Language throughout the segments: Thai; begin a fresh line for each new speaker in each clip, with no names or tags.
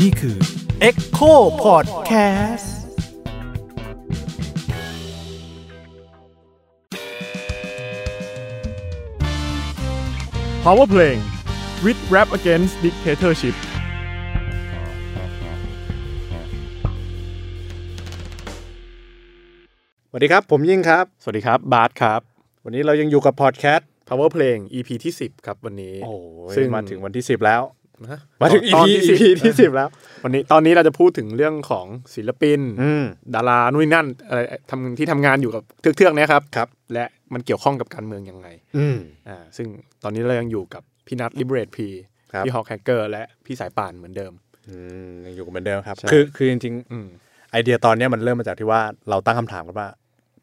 นี่คือ
Echo Podcast
พาวเวอร์เพลง with rap against dictatorship
สวัสดีครับ ผมยิ่งครับ
สวัสดีครับ บาร์ครับ
วันนี้เรายังอยู่กับพอดแคสต์
power เพลง EP ที่ 10 ครับวันนี้
โอ้ย
ซึ่ง
มาถึงวันที่ 10 แล้ว
ฮะ
มาถึง
ตอน
EP
ที่
EP
10
ที่ 10 แล้ว
วันนี้ตอนนี้เราจะพูดถึงเรื่องของศิลปิน
อืม
ดารานู่นนนั่นอะไรทำที่ทำงานอยู่กับเทือกๆเนะครับ
ครับ
และมันเกี่ยวข้องกับการเมืองยังไง
อืม
อ่าซึ่งตอนนี้เรายังอยู่กับพี่นัท Liberate P
ครับ
พี่ฮอกแฮกเกอร์และพี่สายป่านเหมือนเดิม
อืมยังอยู่กันเหมือนเดิมครับ
ใช่
คือคือจริง
อืม
ๆ ไอเดียตอนเนี้ยมันเริ่มมาจากที่ว่าเราตั้งคำถามกันว่า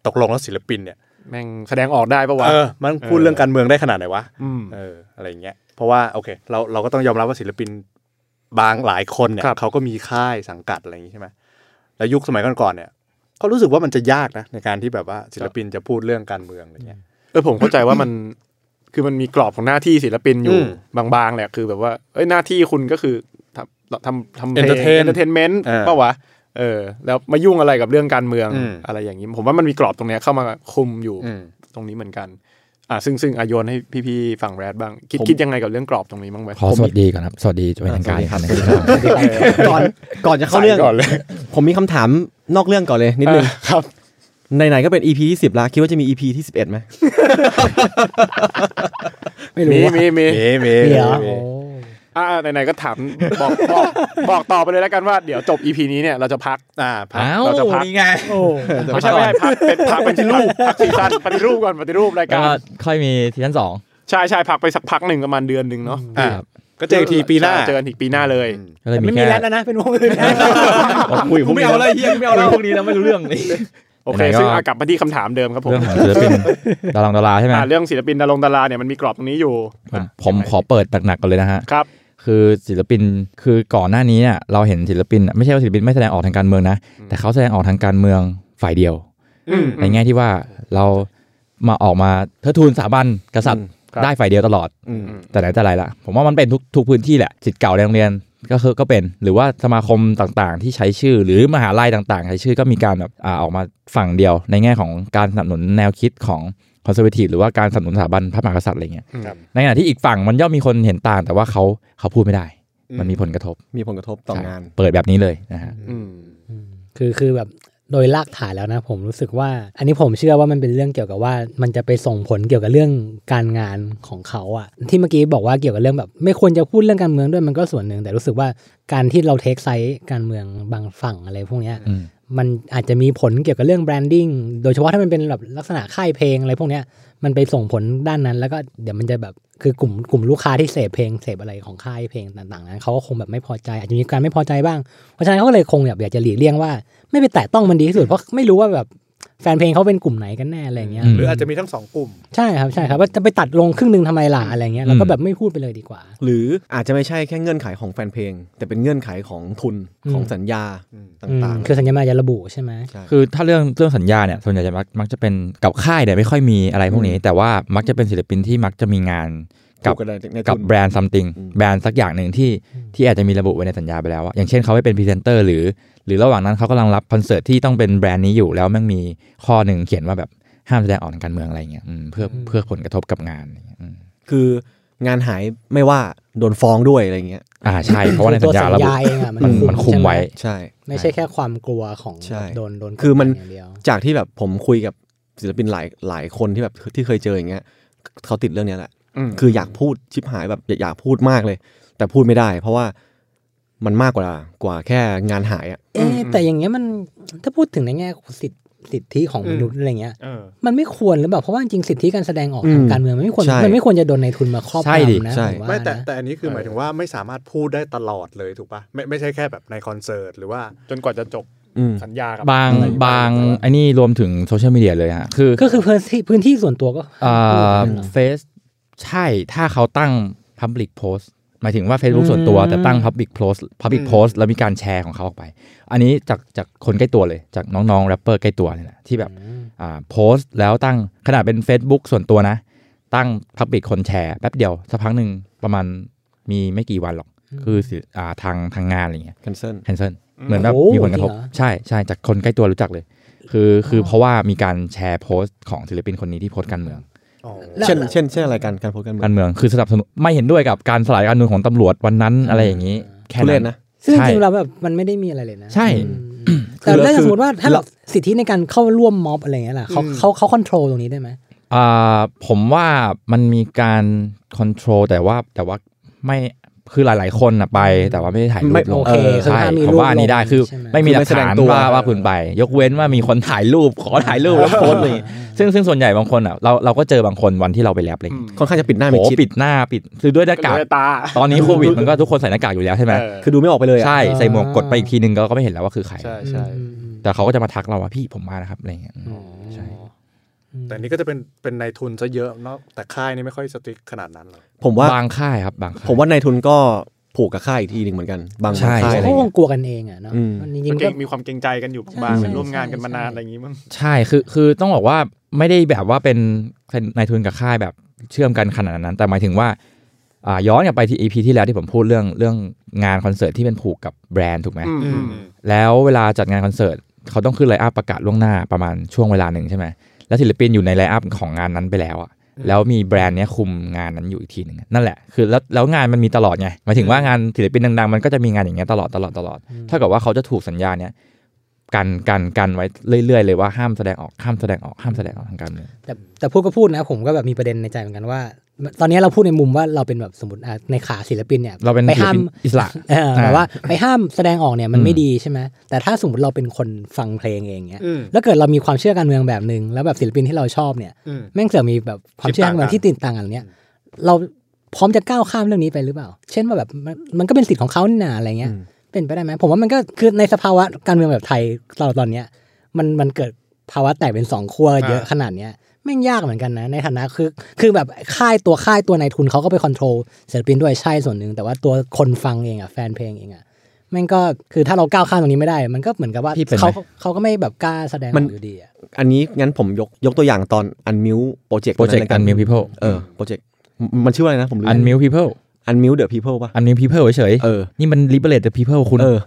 ตกลงแล้วศิลปินเนี่ย
แม่งแสดงออกได้ปะวะ
เออมันพูด
เออ
เรื่องการเมืองได้ขนาดไหนวะ
อืม
เอออะไรอย่างเงี้ยเพราะว่าโอเคเราเราก็ต้องยอมรับว่าศิลปินบางหลายคนเนี่ย
ครับ
เขาก็มีค่ายสังกัดอะไรอย่างงี้ใช่ไหมแล้วยุคสมัยก่อนๆเนี่ยก็รู้สึกว่ามันจะยากนะในการที่แบบว่าศิลปินจะพูดเรื่องการเมืองอะไรเงี้ย
เออผมเข้าใจว่ามัน คือมันมีกรอบของหน้าที่ศิลปินอยู่
อื
บางๆแหละคือแบบว่าเอ้ยหน้าที่คุณก็คือทำทำทำเพลง
Entertain
เตอร์เทนเมนต์
เออ
ป่าวะเออ แล้วมายุ่งอะไรกับเรื่องการเมือง
อืม
อะไรอย่างนี้ ผมว่ามันมีกรอบตรงเนี้ยเข้ามาคุมอยู่
อืม
ตรงนี้เหมือนกัน อ่าซึ่งซึ่งอายนให้พี่ๆฝั่งแรดบ้าง คิด
ผม
คิดยังไงกับเรื่องกรอบตรงนี้บ้างไหม
ขอสวัสดีก่อนครับ สวัสดีจะเป็นทางการครับนะครับ
ก่อนก่อนจะเข้าเรื่อง
ก่อนเลย
ผมมีคำถามนอกเรื่องก่อนเลยนิดนึงครับไหนๆก็เป็น EP ที่10แล้วคิดว่าจะมี EP ที่11ไหม
ไม่
มี
รู้ว่า
มีมี
เมเม
เดี๋ยว
อ่าไหนๆก็ถามบอกบอกบอกต่อไปเลยแล้วกันว่าเดี๋ยวจบ EP นี้เนี่ยเราจะพัก
อ่าพัก
อ้าว
เราจะพัก
นี่ไง
โอ้
ไม่ใช่ไม่ให้พักเป็นพักปฏิรูปพักซีซั่นปฏิรูปก่อนปฏิรูปรายกา
ก็
ร
ค่อยมีซีซั่นสอง
ใช่ใช่พักไปสักพักหนึ่งประมาณเดือนหนึ่งเนาะ
อ่าก็เจออกทีปีหน้า
ใช่เจอกันอีกปีหน้าเลย
ก็เลยมี
ไม่มี
แค่
แล้วนะ เป็นวงอื่นนะ
อุ้ย
กูไม่เอาอะไรเฮียกูไม่เอาแล้วพวกนี้แล้วไม่รู้เรื่องนี่
โอเค
ไหนๆก็
ซึ่งอ่ะกลับมาที่คำถามเดิมครับผม
เรื่องของศิลปินดาราดาราใช่ไหม
อ่ะเรื่องศิลปินดารงดาราเนี่ยมันมีกรอบตรงนี้อยู่
ผมผมขอเปิดหนักๆก่อนเลยนะฮะ
ครับ
คือศิลปินคือก่อนหน้านี้เนี่ยเราเห็นศิลปินอะไม่ใช่ว่าศิลปินไม่แสดงออกทางการเมืองนะ แต่เขาแสดงออกทางการเมืองฝ่ายเดียว
อืม
ในแง่ที่ว่าเรามาออกมาเทิดทูนสถาบันกษัตริย์
ครับ
ได้ฝ่ายเดียวตลอด
อืม
แต่ไหนแต่ไรละผมว่ามันเป็นทุกทุกพื้นที่แหละสิทธิ์เก่าในโรงเรียนก็คือก็เป็น หรือว่าสมาคมต่างๆ ที่ใช้ชื่อ หรือมหาลัยต่างๆ ใช้ชื่อก็มีการแบบอ่าออกมาฝั่งเดียว ในแง่ของการสนับสนุนแนวคิดของคอนเซอร์วทีฟหรือว่าการสนับสนุนสถาบันพระมหากษัตริย์อะไรเงี้ย
ครับ
ในขณะที่อีกฝั่งมันย่อมมีคนเห็นต่าง แต่ว่าเขาเขาพูดไม่ได้ มันมีผลกระทบ
มีผลกระทบต่อ
ใช่
งาน
เปิดแบบนี้เลยนะฮะ
อืม
คือคือแบบโดยลากฐานแล้วนะ ผมรู้สึกว่า อันนี้ผมเชื่อว่ามันเป็นเรื่องเกี่ยวกับว่า มันจะไปส่งผลเกี่ยวกับเรื่องการงานของเขาอะที่เมื่อกี้บอกว่าเกี่ยวกับเรื่องแบบ ไม่ควรจะพูดเรื่องการเมืองด้วยมันก็ส่วนหนึ่ง แต่รู้สึกว่าการที่เราเทคไซส์การเมืองบางฝั่งอะไรพวกเนี้ย
อืม
มันอาจจะมีผลเกี่ยวกับเรื่องแบรนดิ้ง โดยเฉพาะถ้ามันเป็นแบบลักษณะค่ายเพลงอะไรพวกเนี้ย มันไปส่งผลด้านนั้น แล้วก็เดี๋ยวมันจะแบบคือกลุ่มกลุ่มลูกค้าที่เสพเพลงเสพอะไรของค่ายเพลงต่างๆนั้นเขาก็คงแบบไม่พอใจ อาจจะมีการไม่พอใจบ้าง เพราะฉะนั้นเขาก็เลยคงแบบอยากจะหลีกเลี่ยงว่า ไม่ไปแตะต้องมันดีที่สุด เพราะไม่รู้ว่าแบบแฟนเพลงเขาเป็นกลุ่มไหนกันแน่อะไรอย่างเงี้ย
อืม
หรืออาจจะมีทั้งสองกลุ่ม
ใช่ครับใช่ครับว่าจะไปตัดลงครึ่งหนึ่งทำไมล่ะอะไรเงี้ยแล้วก็แบบไม่พูดไปเลยดีกว่า
หรืออาจจะไม่ใช่แค่เงื่อนไขของแฟนเพลง แต่เป็นเงื่อนไขของทุน
อืม
ของสัญญา
อืม
ต่าง
คือสัญญาณมันอาจจะระบุใช่ไหม
คือถ้าเรื่องเรื่องสัญญาเนี่ยส่วนใหญ่จะมักมักจะเป็นกับค่ายเนี่ยไม่ค่อยมีอะไรพวกนี้ แต่ว่ามักจะเป็นศิลปินที่มักจะมีงาน
ๆ
กับ
ถูกันใน
กับ
ทุน
แบรนด์ something
อืม
แบรนด์สักอย่างหนึ่งที่ที่อาจจะมีระบุไว้ในสัญญาไปแล้วอะอย่างเช่นเขาไปเป็นพรีเซนเตอร์หรือ หรือระหว่างนั้นเขากำลังรับคอนเสิร์ตที่ต้องเป็นแบรนด์นี้อยู่แล้วแมันมีข้อหนึ่งเขียนว่าแบบห้ามแสดงออกทางการเมืองอะไรอย่างเงี้ยอืมเพื่อ
อืม
เพื่อผลกระทบกับงานอะไรอย่างเงี้ยอืม
คืองานหายไม่ว่าโดนฟ้องด้วยอะไรเงี้ย
อ่าใช่เพราะว่าใน
ตั
สัญญาระบุ
เองอะ
มันมันคุม
ใช่ไห
ไว้
ใช่
ไม่ใช่แค่ความกลัวของ
ใช่
แบบโดนโดน
คือมัน
กดดัย่างเดียว
จากที่แบบผมคุยกับศิลปินหลายหลายคนที่แบบที่เคยเจออย่างเงี้ยเขาติดเรื่องเนี้ยแหละ
อืม
คืออยากพูดชิบหายแบบอยากอยากพูดมากเลย แต่พูดไม่ได้ เพราะว่ามันมากกว่ากว่าแค่งานหายอ่ะ
เอ๊ะแต่อย่างเงี้ยมันถ้าพูดถึงในแง่ของสิทธิสิทธิของมนุษย์อะไรเงี้ย
เออ
มันไม่ควรหรือเปล่าเพราะว่าจริงๆสิทธิการแสดงออกทาง
อืม
การเมืองมันไม่ควร
ใช่
มันไม่ควรจะโดนในายทุนมาครอบ
ใช่ดิ
งำนะ
ใช่
ผว่า
ไม่แต่
นะ
แต่อันนี้คือหมายถึงว่าไม่สามารถพูดได้ตลอดเลยถูกปะไม่ไม่ใช่แค่แบบในคอนเสิร์ตหรือว่า
จนกว่าจะจบ
อืม
สัญญากับบ
าง
อะไร
บางไอ้นี่รวมถึงโซเชียลมีเดียเลยฮะคือ
ก็คือพื้นที่พื้นที่ส่วนตัวก็
อ่า
ห้ามพูดนะ
เฟซใช่ถ้าเขาตั้ง Public Post หมายถึงว่า Facebook ส่วนตัวแต่ตั้ง Public Post Public
อืม
Post แล้วมีการแชร์ของเขาออกไป อันนี้จากจากคนใกล้ตัวเลยจากน้องๆแรปเปอร์ใกล้ตัวเนี่ยแหละที่แบบอ่าโพสต์แล้วตั้งขนาดเป็น Facebook ส่วนตัวนะ ตั้ง Public คนแชร์แป๊บเดียว สักพักหนึ่งประมาณ มีไม่กี่วันหรอก
อืม
คือสิอ่าทางทางงานอะไรเงี้ย
แคนเซิล
แคนเซิลเหมือนแบบ
โอ้โห
มีผลกระทบ
จริงเหรอ
ใช่ใช่จากคนใกล้ตัวรู้จักเลย คือคือเพราะว่ามีการแชร์โพสต์ของศิลปินคนนี้ที่โพสต์การเมือง
เช่นเช่นเช่นอะไรกันการพูดกันเมือง
การเมืองคือสนับสนุนไม่เห็นด้วยกับการสลายการเมืองของตำรวจวันนั้นอะไรอย่างนี้ แค่
ทุเร
นั้
ศ
น
นะ
ซึ่ง
ใช่
จริงๆเราแบบมันไม่ได้มีอะไรเลยนะ
ใช่
อืมแต่
คือ
ถ้า
คือ
สมมติว่าถ้า
คือ
แบบสิทธิในการเข้าร่วมม็อบอะไรอย่างเงี้ยล่ะเขาเขาเขาคอนโทรลตรงนี้ได้ไหม
อ่าผมว่ามันมีการค o n t r o l แต่ว่าแต่ว่าไม่คือหลาย ๆ คนนะไป แต่ว่าไม่ได้ถ่ายรู
ไม่
ปลง
โอเคคือ
ใช่
ห้ามมี
ผมว่าอันนี้
รูปลง
ได้คือ
ใช่ไหม
ไม่มีหลัก
คือไม่แสด
ฐาง น
ตัว
ว่าว่าคุณไป ยกเว้นว่ามีคนถ่ายรูปขอถ่าย รูปแล้วโพสต์เลยซึ่งซึ่งส่วนใหญ่บางคนอ่ะเราเราก็เจอบางคนวันที่เราไปแลบอะไรอย่างเงี้ย
ค่อนข้างจะปิดหน้า
โห
มิดชิด
ปิดหน้าปิดคือด้วยหน้า
ก็
กาก
เลยตา
ตอนนี้โควิดมัน ก็ทุกคนใส่หน้ากากอยู่แล้วใช่ไหม
เออ
คือดูไม่ออกไปเลยอะ
ใช่ใส่หมวกกดไปอีกทีนึงก็ไม่เห็นแล้วว่าคือใคร
ใช่ใช่
อืมอืม
แต่เขาก็จะมาทักเราว่าพี่ผมมานะครับอะไรอย่างเงี้ย
อืม
ใช่
แต่อันนี้ก็จะเป็นเป็นนายทุนซะเยอะเนาะแต่ค่ายนี่ไม่ค่อยสติ๊กขนาดนั้นหรอก
ผมว่า
บางค่ายครับบางค่าย
ผมว่านายทุนก็ผูกกับค่ายอีกทีหนึ่งเหมือนกัน บาง
ใช่
ค่ายอะไร
เขาค
เงี้ย
งกลัวกันเองอ่ะเนาะ
อืม
มันจริ
มั
ง
น
ๆ
เก่
ก็
งมีความเกรงใจกันอยู่
ใช่
บางๆ
ใช่
เป็นร่วมงานกัน
ใช่
มานานอะไรอย่างงี้มั้ง
ใช่คือคือต้องบอกว่าไม่ได้แบบว่าเป็นนายทุนกับค่ายแบบเชื่อมกันขนาดนั้น แต่หมายถึงว่าอ่าย้อนกลับไปที่ EP ที่แล้วที่ผมพูดเรื่องเรื่องงานคอนเสิร์ตที่เป็นผูกกับแบรนด์ถูกไหม
อืมอืม
แล้วเวลาจัดงานคอนเสิร์ตเขาต้องขึ้นไลน์อัพประกาศล่วงหน้าประมาณช่วงเวลาหนึ่งใช่ไหมแล้วศิลปินอยู่ในไลน์อัพของงานนั้นไปแล้วอะแล้วมีแบรนด์เนี้ยคุมงานนั้นอยู่อีกทีหนึ่งนั่นแหละคือแล้วแล้วงานมันมีตลอดไงหมายถึงว่างานศิลปินดังๆ มันก็จะมีงานอย่างเงี้ยตลอดตลอดตลอดเท่ากับว่าเขาจะถูกสัญญาเนี้ยกันกันกันไว้เรื่อยๆเลยว่าห้ามแสดงออกห้ามแสดงออกห้ามแสดงออกทางการเมือง
แต่แต่พูดก็พูดนะผมก็แบบมีประเด็นในใจเหมือนกันว่า ตอนนี้เราพูดในมุมว่าเราเป็นแบบสมมติอ่ะในขาศิลปินเนี่ย
เราเป็น
ไปห้าม
ศิลปินอิสระ
เออแบบ
อ่า
ว่าไปห้ามแสดงออกเนี่ยมัน
อืม
ไม่ดีใช่ไหมแต่ถ้าสมมติเราเป็นคนฟังเพลงเองเนี่ย
อืม
แล้วเกิดเรามีความเชื่อการเมืองแบบหนึ่งแล้วแบบศิลปินที่เราชอบเนี่ย
อืม
แม่งเสือกมีแบบความเชื่อการเมืองที่ติดต่างกันเนี่ยเราพร้อมจะก้าวข้ามเรื่องนี้ไปหรือเปล่า เช่นว่าแบบมันมันก็เป็นสิทธิ์ของเขานี่นาอะไรเงี้ย เป็นไปได้ไหมผมว่ามันก็คือในสภาวะการเมืองแบบไทยตอนตอนเนี้ยมันมันเกิดภาวะแตกเป็นสองขั้วเยอะขนาดเนี้ยแม่งยากเหมือนกันนะ ในฐานะคือคือแบบค่ายตัวค่ายตัวนายทุนเขาก็ไปคอนโทรลศิลปินด้วยใช่ส่วนหนึ่งแต่ว่าตัวคนฟังเองอ่ะแฟนเพลงเองอ่ะแม่งก็คือถ้าเราก้าวข้ามตรงนี้ไม่ได้ มันก็เหมือนกับว่า
พี่เป็นไหม
เขาเขาก็ไม่แบบกล้าแสดงอ
มั
อน กอยู่ดีอ่ะ
อันนี้งั้นผมยกยกตัวอย่างตอนอันมิวโปรเจกต์
โปรเจกต์ Unmute People
เออโปรเจกต์มันชื่อว่าอะไรนะผมลืม
อันมิวพีเพิล
อันมิวเดอะพีเพิลป่ะ
อันมิวพีเพิลเฉยๆ
เออ
นี่มันลิเบเลตเดอะพีเพิลคุณ
เออ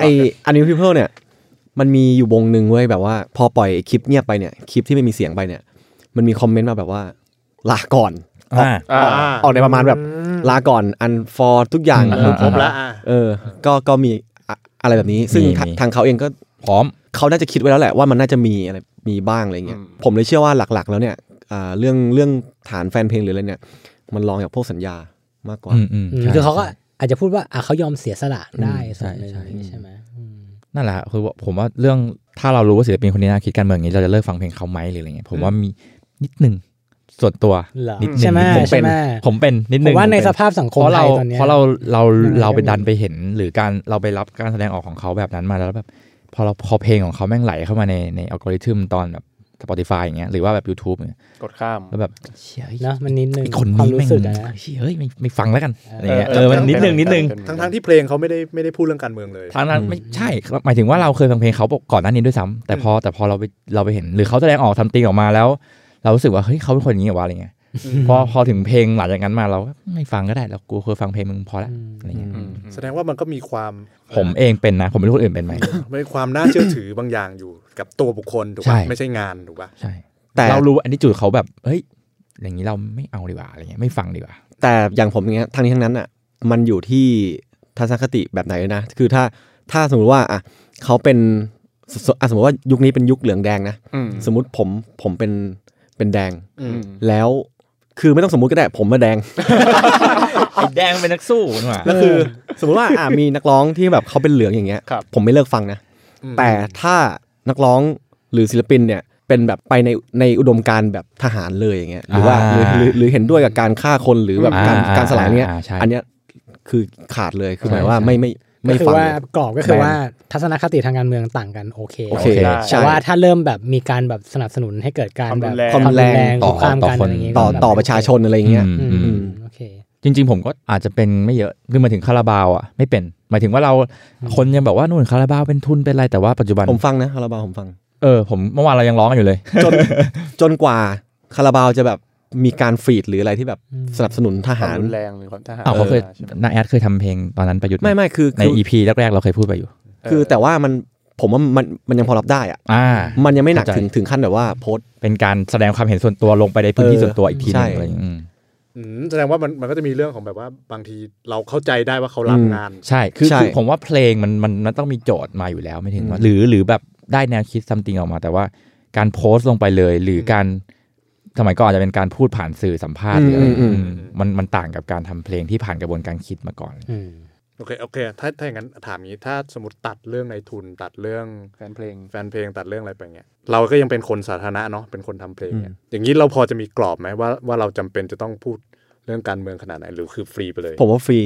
ไออันนี้พีเพิลเนี่ย มันมีอยู่วงหนึ่งเว้ยแบบว่า พอปล่อยคลิปเงียบไปเนี่ย คลิปที่ไม่มีเสียงไปเนี่ย มันมีคอมเมนต์มาแบบว่า ลาก่อน
อ่า
อ่า
ออกในประมาณแบบลาก่อนอันฟอร์ทุกอย่าง
อืม
คือ
ครบละอ่ะ
เออ ก็ก็มีอะอะไรแบบนี้ ซึ่งทาง
มี
ทางเขาเองก็
พร้อม
เขาน่าจะคิดไว้แล้วแหละว่ามันน่าจะมีอะไรมีบ้างอะไรเงี้ย
อืม
ผมเลยเชื่อว่าหลักๆ แล้วเนี่ยอ่าเรื่องเรื่องฐานแฟนเพลงหรืออะไรเนี่ย มันรองจากพวกสัญญามากกว่า
อืมอืม
อืม
ใช่
คือเขาก็
ใช่
อาจจะพูดว่าอ่ะเขายอมเสียสละได้
อืม
ส่วนหนึ่ง
ใช่ใช่
ใช่ไหมอืม
นั่นแหละคือว่าผมว่าเรื่องถ้าเรารู้ว่าศิลปินคนนี้น่าคิดการเมืองอย่างนี้เราจะเลิกฟังเพลงเขาไหมหรืออะไรเงี้ยผมว่ามีนิดหนึ่งส่วนตัว
เหรอ
นิดหนึ่ง
ใช่ไหม
ผม
ใช่
เป็น
ไหม
ผมเป็นนิดห
ผ
นึ่
ม
ง
ว่าใน
ผมเป็
สภาพสังคม
เพราะ
ไท
เรา
ยตอนเนี้ย
เพราะเราเรา
มัน
เราไป
ก็มี
ดันไปเห็นหรือการเราไปรับการแสดงออกของเขาแบบนั้นมาแล้วแบบพอเราพอเพลงของเขาแม่งไหลเข้ามาในในอัลกอริทึมตอนแบบ Spotify อย่างเงี้ยหรือว่าแบบ YouTube เนี่ย
กดข้าม
แล้วแบบเชี่ยเฮ้ย
เนาะมันนิดนึง
ไอ้คน
ควา
นี้
ม
แม่
รู้
ง
สึกอะนะ
เชี่ยเฮ้ยไม่ไม่ฟังแล้วกันอะไรเงี้ย
เออ
เออมันนิดหนึ
เอ
ง
อ
นิดหนึง
ทั้งทั้งที่เพลงเขาไม่ได้ไม่ได้พูดเรื่องการเมืองเลย
ทางนั้นไม่ใช่หมายถึงว่าเราเคยฟังเพลงเขาก่อนหน้านี้ด้วยซ้ำแต่พอแต่พอเราไปเราไปเห็นหรือเขาแสดงออกทำตีออกมาแล้ว เรารู้สึกว่าเฮ้ยเขาเป็นคนอย่างนี้เหรอวะอะไรเงี้ย พอพอถึงเพลงหลังจากนั้นมาเราก็ไม่ฟังก็ได้แล้วกูเคยฟังเพลงมึงพอแล้ว
อืม
อะไรเงี้ย
อืม
แสดงว่ามันก็มีความ
ผมเองเป็นนะ ผมไม่รู้คนอื่นเป็นไหม
มีความน่าเชื่อถือบางอย่างอยู่กับตัวบุคคลถูก
ใช่
ป่ะไม่ใช่งานถูกป่ะ
ใช่
แต่
เรารู้ว่าอันนี้จุดเขาแบบเฮ้ยอย่างนี้เราไม่เอาดีกว่าอะไรเงี้ยไม่ฟังดีกว่า
แต่อย่างผมอย่างเงี้ยทั้งนี้ทั้งนั้นอ่ะมันอยู่ที่ทัศนคติแบบไหนด้วยนะ คือถ้าถ้าสมมติว่าอ่ะเขาเป็นสสอ่ะสมมติว่ายุคนี้เป็นยุคเหลืองแดงนะ
อืม
สมมติผมผมเป็นเป็นแดง
อืม
แล้วคือไม่ต้องสมมติก็ได้ผมมาแดง
ไอ้แดงเป็นนักสู้นี่หว่า
ก็คือสมมติว่าอ่ ะมีนักร้องที่แบบเขาเป็นเหลืองอย่างเงี้ย
ครับ
ผมไม่เลิกฟังนะ แต่ถ้านักร้องหรือศิลปินเนี่ยเป็นแบบไปในในอุดมการณ์แบบทหารเลยอย่างเงี้ยหรือว่าหรือ
อ่า
หรือหรือเห็นด้วยกับการฆ่าคนหรือแบบการ
อ่า
การสลายเนี้ย
อ่าใช่
อันเนี้ยคือขาดเลยคือหมาย
ใช่
ว่า
ใช่
ไม่ไม่
ก็
ไม่
คือ
ฟัง
ว่า
เลย
กรอบก็คือ
แบน
ว่าทัศนคติทางการเมืองต่างกันโอเค
โอเค
ได้
ใช่
แต่ว่าถ้าเริ่มแบบมีการแบบสนับสนุนให้เกิดการแบบ
ความรุนแรง
คุกคาม
ต่อ
กัน
คน
อะไรอย่างเงี้ย
ต่อ
ก็
ต่อประชาชนอะไรอย่างเงี้ย
อืม
อื
อื
ม
ม
โอเค
จริง ๆ ผมก็อาจจะเป็นไม่เยอะคือมาถึงคาราบาวอ่ะไม่เป็นหมายถึงว่าเราคนยังบอกว่านู่นคาราบาวเป็นทุนเป็นอะไรแต่ว่าปัจจุบัน
ผมฟังนะคาราบาวผมฟัง
เออผมเมื่อวานเรายังร้องกันอยู่เลย
จนจนกว่าคาราบาวจะแบบ มีการฟีดหรืออะไรที่แบบ
อืม
สนับสนุนท
ควา
หามร
รุนแรงหรือความทหาร
อ้าวเขาเคย
ใช่ไหม
นาแอดเคยทำเพลงตอนนั้นประยุทธ์
ไม่ไม่คือ
ใน
คือ
อีพีแรกๆเราเคยพูดไปอยู่
คือแต่ว่ามันผมว่ามันมันยังพอรับได้อะ
อ่า
มันยังไม่หนัก
เข้าใจ
ถึงถึงขั้นแบบว่าโพสต์
เป็นการแสดงความเห็นส่วนตัวลงไปในพื้นที่
เออ
ส่วนตัวอีกทีหนึง
ใช่
อะไรอย่างเงี้ยอืม
อืมแสดงว่ามันมันก็จะมีเรื่องของแบบว่าบางทีเราเข้าใจได้ว่าเขารับ
อืม
งาน
ใช่คือ
ใช่
คือผมว่าเพลงมันมันมันต้องมีโจทย์มาอยู่แล้วไม่ถึงว่า
อืม
หรือหรือแบบได้แนวคิดซัมติงออกมา แต่ว่าการโพสต์ลงไปเลย หรือการสมัยก่อนอาจจะเป็นการพูดผ่านสื่อสัมภาษณ์หรืออะไร
อืมอืม
อืมมันมันต่างกับการทำเพลงที่ผ่านกระบวนการคิดมาก่อน
อืม
โอเคโอเค ถ้าถ้าอย่างนั้นถามอย่างนี้ถ้าสมมติตัดเรื่องในทุนตัดเรื่อง
แฟนเพลง
แฟนเพลงตัดเรื่องอะไรไปเงี้ยเราก็ยังเป็นคนสาธารณะเนาะเป็นคนทำเพลงเนี่ยอย่างนี้เราพอจะมีกรอบไหมว่าว่าเราจำเป็นจะต้องพูดเรื่องการเมืองขนาดไหนหรือคือฟรีไปเลย
ผมว่าฟรี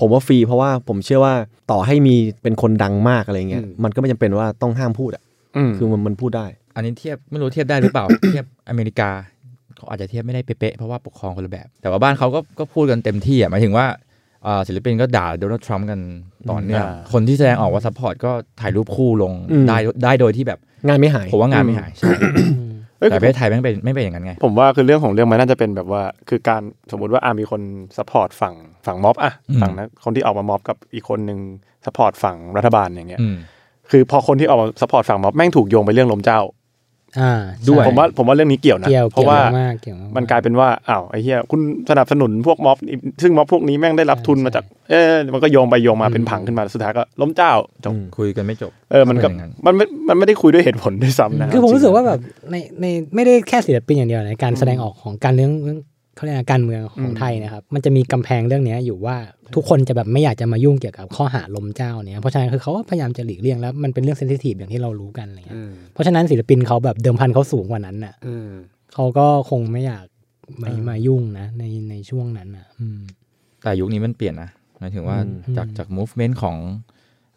ผมว่าฟรี เพราะว่าผมเชื่อว่าต่อให้มีเป็นคนดังมากอะไรเงี้ย
อืม
มันก็ไม่จำเป็นว่าต้องห้ามพูดอ่ะ
อืม
คือมันมันพูดได้
อันนี้เทียบไม่รู้เทียบได้หรือเปล่า เทียบอเมริกาเขาอาจจะเทียบไม่ได้เป๊ะๆเพราะว่าปกครองคนละแบบ แต่ว่าบ้านเขาก็ก็พูดกันเต็มที่อ่ะหมายถึงว่าเอ่อศิลปินก็ด่าโดนัลด์ทรัมป์กันต่อเนื่อง
อ่า
คนที่แสดงออกว่าซัพพอร์ตก็ถ่ายรูปคู่ลง
อืม
ได้ได้โดยที่แบบ
งานไม่หาย
ผมว่างานไม่หายใช่
เอ้ย
แต่ประเทศไทยแม่งเป็นไม่เป็นอย่างนั้นไง
ผมว่าคือเรื่องของเรื่องมันน่าจะเป็นแบบว่า คือการสมมติว่าอ่ะมีคนสปอร์ตฝั่งฝั่งม็อบอ่ะ
อืม
ฝั่งนะคนที่ออกมาม็อบกับอีกคนหนึ่งสปอร์ตฝั่งรัฐบาลอย่างเงี้ย
อืม
คือพอคนที่ออกมาสปอร์ตฝั่งม็อบแม่งถูกโยงไปเรื่องลมเจ้า
อ่าใช่
ด้วย
ผมว่าผมว่าเรื่องนี้เกี่ยวนะ
เกี่ยว
เพราะว่า
เกี่ยวมากเกี่ยว
มั
มัน น
กลายเป็นว่าอ้าวไอ้เหี้ยคุณสนับสนุนพวกม็อบอีกซึ่งม็อบพวกนี้แม่งได้รับทุนมาจาก เออมันก็โยงไปโยงมาเป็นผังขึ้นมาสุดท้ายก็ล้มเจ้าจบ
อืม
คุยกันไม่จบ
เออมันกับ
ป็ย่างนั้น
มันไม่มันไม่ได้คุยด้วยเหตุผลด้วยซ้ำนะ
คือผมรู้สึกว่าแบบในในไม่ได้แค่ศิลปินอย่างเดียวนะการแสดงออกของการเรื่องเรื่องเขาเรียกอะไรการเมืองของไทยนะครับ มันจะมีกำแพงเรื่องเนี้ยอยู่ว่าทุกคนจะแบบไม่อยากจะมายุ่งเกี่ยวกับข้อหาลมเจ้าเนี่ยเพราะฉะนั้นคือเขาก็พยายามจะหลีกเลี่ยงแล้วมันเป็นเรื่องเซนซิทีฟอย่างที่เรารู้กันอะไรเงี้ยเพราะฉะนั้นศิลปินเขาแบบเดิมพันเขาสูงกว่านั้นน่ะ
อืม
เขาก็คงไม่อยากมามายุ่งนะ ในในช่วงนั้นน่ะอืม
แต่ยุคนี้มันเปลี่ยนนะหมายถึงว่า
อืม
จากจาก movement ของ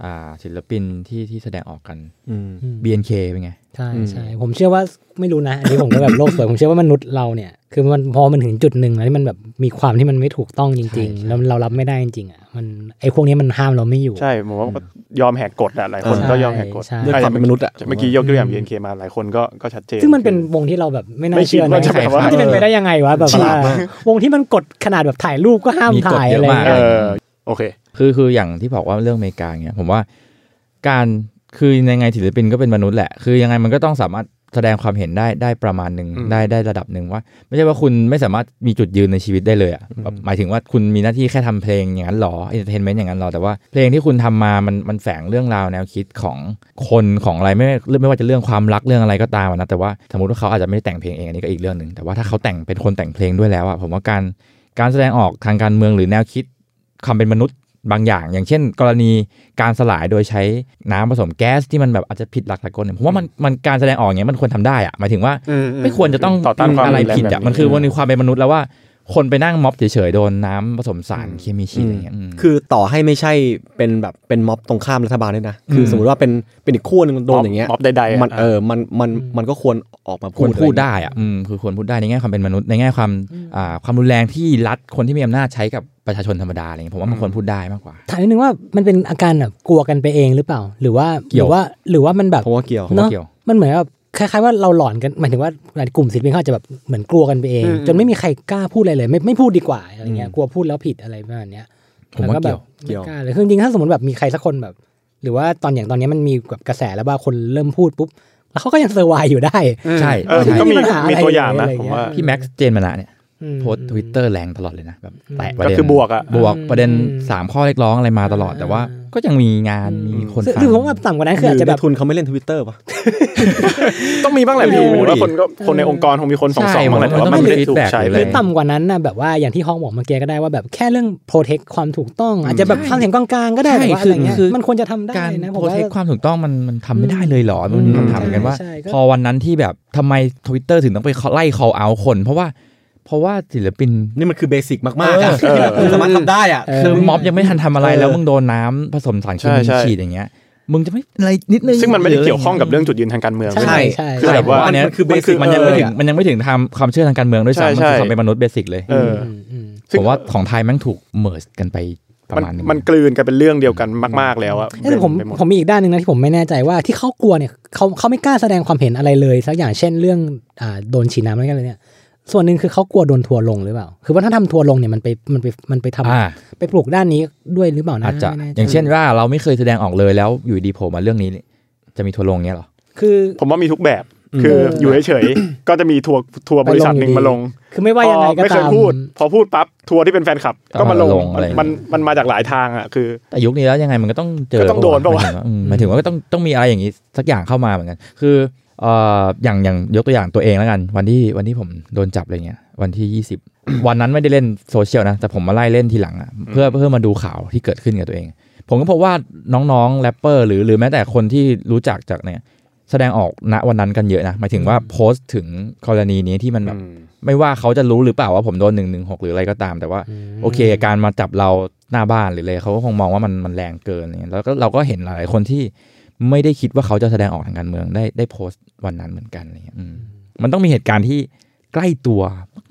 อ่าศิลปินที่ที่แสดงออกกัน
อืม
อืม
BNK เป็นไง
ใช่
อืม
ใช่ผมเชื่อว่าไม่รู้นะอันนี้ผมก็แบบโลกสวย ผมเชื่อว่ามนุษย์เราเนี่ยคือมันพอมันถึงจุดหนึ่งแล้วที่มันแบบมีความที่มันไม่ถูกต้องจ
ใช่
ริง
ใช่
ๆ แล้วเรารับไม่ได้จริงๆอ่ะมันไอ้พวกนี้มันห้ามเราไม่อยู่
ใช่ผมว่าก็ยอมแหกกฎอะหลายคน
เออ
ก็ยอมแหกกฎ
ใช่
ด้วยความเป็นมนุษย์อ่ะ
เมื่อกี้ยกตัวอย่าง BNK มาหลายคนก็ก็ชัดเจน
ซึ่งมันเป็นวงที่เราแบบไม่น่าเชื่อ
ไม่
นะ
คิดว่าจะแบบว่า
มันจะเป็นไปได้ยังไงวะแบบ
ฉ
ว่า
ลาดมาก
วงที่มันกดขนาดแบบถ่ายรูปก็ห้าม
มีกฎ
ถ่าย
เย
อะไร
อะมาก
เงี้ย
เออโอเค
คือคืออย่างที่บอกว่าเรื่องอเมริกาเนี่ยผมว่าการคือยังไงศิลปินก็เป็นมนุษย์แหละ คือยังไงมันก็ต้องสามารถแสดงความเห็นได้ได้ประมาณหนึ่ง
อืม
ได้ได้ระดับหนึ่งว่า ไม่ใช่ว่าคุณไม่สามารถมีจุดยืนในชีวิตได้เลยอะแบบหมายถึงว่าคุณมีหน้าที่แค่ทำเพลงอย่างนั้นหรอเอนเตอร์เทนเมนต์อย่างนั้นหรอ แต่ว่าเพลงที่คุณทำมามันมันแฝงเรื่องราวแนวคิดของคนของอะไรไม่ไม่ไม่ว่าจะเรื่องความรักเรื่องอะไรก็ตามอะนะแต่ว่าสมมติว่าเขาอาจจะไม่ได้แต่งเพลงเองอันนี้ก็อีกเรื่องหนึ่งแต่ว่าถ้าเขาแต่งเป็นคนแต่งเพลงด้วยแล้วอะผมว่าการการแสดงออกทางการเมืองหรือแนวคิด ความเป็นมนุษย์บางอย่าง อย่างเช่น กรณีการสลายโดยใช้น้ำผสมแก๊สที่มันแบบอาจจะผิดหลักสากลเนี่ยผมว่ามันมันการแสดงออกอย่างเงี้ยมันควรทำได้อะหมายถึงว่า ไม่ควรจะต้อง
ต่อต้านความ
อะไร
รุนแรง
ผิด
แบบ
อ่ะ
นี้
มันคือมันมีความเป็นมนุษย์แล้วว่าคนไปนั่งม็อบเฉยๆโดนน้ำผสมสารเคมีฉีดอะไรเงี้ยม
คือต่อให้ไม่ใช่เป็นแบบเป็นม็อบตรงข้ามรัฐบาลด้วยนะ คืออ
ม
สมมติว่าเป็นเป็นอีกขั้วหนึ่งโดนอย่างเงี้ย
ม็อบใดๆอะ
มันเออมันมัน
อืม
มันก็ควรออกมา
ค
พู
ว
ด
รพูด
อะรเงี้ย
ได้อ่ะอืมคือควรพูดได้ในแง่ความเป็นมนุษย์ในแง่ความอ่าความรุนแรงที่รัฐคนที่มีอำนาจใช้กับประชาชนธรรมดาอะไรเงี้ยผมว่ามันควรพูดได้มากกว่า
ถามนิดนึงว่ามันเป็นอาการแบบกลัวกันไปเองหรือเปล่า หรือว่า
เกี่
หรื
ยว
อว่าหรือว่ามันแบบ
ผมว่าเกี่ยว
ผมว่าเกี่ยว
มันเหมือนแบบคล้ายๆว่าเราหลอนกันหมายถึงว่าหลายกลุ่มศิลปินเขาอาจจะแบบเหมือนกลัวกันไปเอง
อืม
จนไม่มีใครกล้าพูดอะไรเลย ไม่ไม่พูดดีกว่าอะไรเงี้ยกลัวพูดแล้วผิดอะไรประมาณเนี้ย
ผม
แล้ว
ว่า
ก็แบ
เกี่ยว
บ
เกี่ยว
ไม่กล้าเลยคือจริงๆถ้าสมมติแบบมีใครสักคนแบบ หรือว่าตอนอย่างตอนนี้มันมีแบบกระแสแล้วว่าคนเริ่มพูดปุ๊บแล้วเขาก็ยังเซอร์ไวอยู่ได้
ใช่
เออ
ไม่
ก็
มี
มี
ปัญหา
มี
อะไร
ตัวอย่างนะ
เลยอะไร
ผม
เงี้ย
ว่า
พี่แม็กซ์เจนมานะเนี่ย
อืม
โพสทวิตเตอร์แรงตลอดเลยนะแบบแตะประ
ก็
เด็น
คือบวกอะ
บวก
อืม
ประเด็น 3 ข้อเรียกร้องอะไรมาตลอด
อ่า
แต่ว่าก็ยังมีงานมีคน
ซึ่ง
ฟัง
ซึ่งผมว่าต่ำกว่านั้นคืออาจจะ
หรื
แบ
อบ ในทุนเขาไม่เล่นทวิตเตอร์ปะ
ต้องมีบ้างแหละ
ไม่
พี่
รู้
หมายถึงว่าคนก็คนในองค์กรคงมีคนสองสองบ้างแหละแต่ว่ามันไม่ได้ถูกใช้
หรือต่ำกว่านั้นนะแบบว่าอย่างที่ฮองบอกเมื่อกี้ก็ได้ว่าแบบแค่เรื่องโปรเทคความถูกต้อง อาจจะแบบความเห็นกลางๆก็ได้
ใช่
แต่ว่าอะ
คื
ไร
อ
เงี้ย
คือ
มันควรจะทำได้
การ
นะผ
โพส
มว่า
ต์ความถูกต้องมันมันทำไม่ได้เลยเหรอมันมี
อืม
คำถามเหมือนกันว่า
ใช่ใช่ก็
พอวันนั้นที่แบบทำไมทวิตเตอร์ถึงต้องไปไล่ call out คน เพราะว่าเพราะว่าศิลปิน
นี่มันคือเบสิกมากๆอะ
เออ
คุณสามารถทำได้อะ
คือม็อบยังไม่ทันทำอะไร
เออ
แล้วมึงโดนน้ำผสมสารเคมี
ใช่ใช่
ฉีดอย่างเงี้ยมึงจะไม่อะไรนิดนึง
ซึ่งมันไม่ได้
หรืะร
เกี่ยวข้องกับเรื่องจุดยืนทางการเมือง
ใช่ใช่
คือ
ใช่
แบบ
ผม
ว่า
ว่าอันเนี้ย
มันคือ basic
มันยังไม่ถึง
เลยอะ
มันยังไม่ถึงทำความเชื่อทางการเมืองด้วยซ้ำมัน
ใช่
คือ
ใช่
ความเป็นมนุษย์เบสิกเลย
เออ
มอืม
ซึ่ง
ผมว่าของไทยแมันถูกเมิร์กันไปประ
มัน
มาณหนึง
มันกลืนกันเป็นเรื่องเดียวกันมาก ๆแล้วอะ
เอ้ยแต่ผม
ไปหด
ผมมีอีกด้านหนึ่งนะที่ผมไม่แน่ใจว่าที่เขากลัวเนี่ยเขาเขาไม่กล้าแสดงความเห็นอะไรเลยสักอย่างเช่นเรื่องอ่าโดนฉีดน้ำอะไรกันเลยเนี่ย ส่วนหนึ่งคือเขากลัวโดนทัวร์ลงหรือเปล่า คือว่าถ้าทำทัวร์ลงเนี่ยมันไปมันไปมันไปทำ
อ่า
ไปปลูกด้านนี้ด้วยหรือเปล่านะ
อาจจะ
ไม่แใจ
อย่างเช่นว่าเราไม่เคยแสดงออกเลยแล้วอยู่ดีโผล่มาเรื่องนี้ จะมีทัวร์ลงเงี้ยเหรอ
คือ
ผมว่ามีทุกแบบ คืออยู่เฉย ๆ ก็จะมีทัวร์ทัวร์บริษัทหนึ่งมาลง
คือไม่ว่ายังไง
พอ
ก็
ไม่เค
ตาย ม
พูด พอพูดปั๊บทัวร์ที่เป็นแฟนคลับ ก็มาลง
ก็มาลงอะไร
มันมันมาจากหลายทางอ่ะคือ
แต่ยุคนี้แล้วยังไงมันก็ต้องเจอ
ก็ต้องโดนปะวะ
อืมหมายถึงว่าก็ต้องต้องมีอะไรอย่างนี้สักอย่างเข้ามาเหมือนกัน คือเอ่ออย่างอย่างยกตัวอย่างตัวเองแล้วกัน วันที่วันที่ผมโดนจับอะไรเงี้ยวันที่ 20 วันนั้นไม่ได้เล่นโซเชียลนะ แต่ผมมาไล่เล่นทีหลังอะเพื่อเพื่อมาดูข่าวที่เกิดขึ้นกับตัวเอง ผมก็พบว่าน้องๆแรปเปอร์หรือหรือแม้แต่คนที่รู้จักจากเนี่ยแสดงออกณวันนั้นกันเยอะนะหมายถึงว่าโพสต์ถึงกรณีนี้ที่มันแบบ ไม่ว่าเขาจะรู้หรือเปล่าว่าผมโดนหนึ่งหนึ่งหกหรืออะไรก็ตาม แต่ว่าโอเค การมาจับเราหน้าบ้านหรืออะไรเขาก็คงมองว่ามันมันแรงเกินอะไรเงี้ยแล้วก็เราก็เห็นหลายๆคนที่ไม่ได้คิดว่าเขาจะแสดงออกทางการเมืองได้ได้โพสต์วันนั้นเหมือนกันอะไรเงี้ยอืมมันต้องมีเหตุการณ์ที่ใกล้ตัว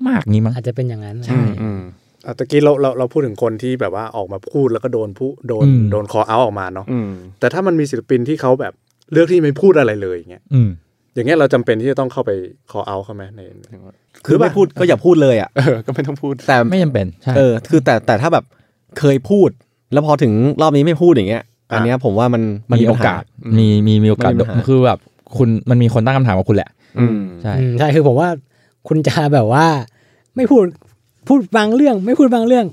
มากๆนี้มั้ง
อาจจะเป็นอย่างนั้น
อืม
อ่ะตะกี้เราเราเราพูดถึงคนที่แบบว่าออกมาพูดแล้วก็โดนผู้โดน
อืม
โดนคอเอาออกมาเนาะ
อืม
แต่ถ้ามันมีศิลปินที่เขาแบบเลือกที่ไม่พูดอะไรเลยอย่างเงี้ย
อืม
อย่างเงี้ยเราจำเป็นที่จะต้องเข้าไปคอเอาเขาไหมใน
คือไม่พูดก็อย่าพูดเลยอ่ะ
เออ ก็ไม่ต้องพูด
แต่
ไม่จำเป็นใช่
เออคือแต่แต่ถ้าแบบเคยพูด แล้วพอถึงรอบนี้ไม่พูดอย่างเงี้ย อันเนี้ยผมว่ามัน
มันมีโอ
ปัญห
กาสมีมีมีโอกาส
มันมีปัญหา
คือแบบคุณมันมีคนตั้งคำถามกับคุณแหละ
อืม
ใช่
อืมใช่คือผมว่าคุณจะแบบว่า ไม่พูดพูดบางเรื่อง ไม่พูดบางเรื่อง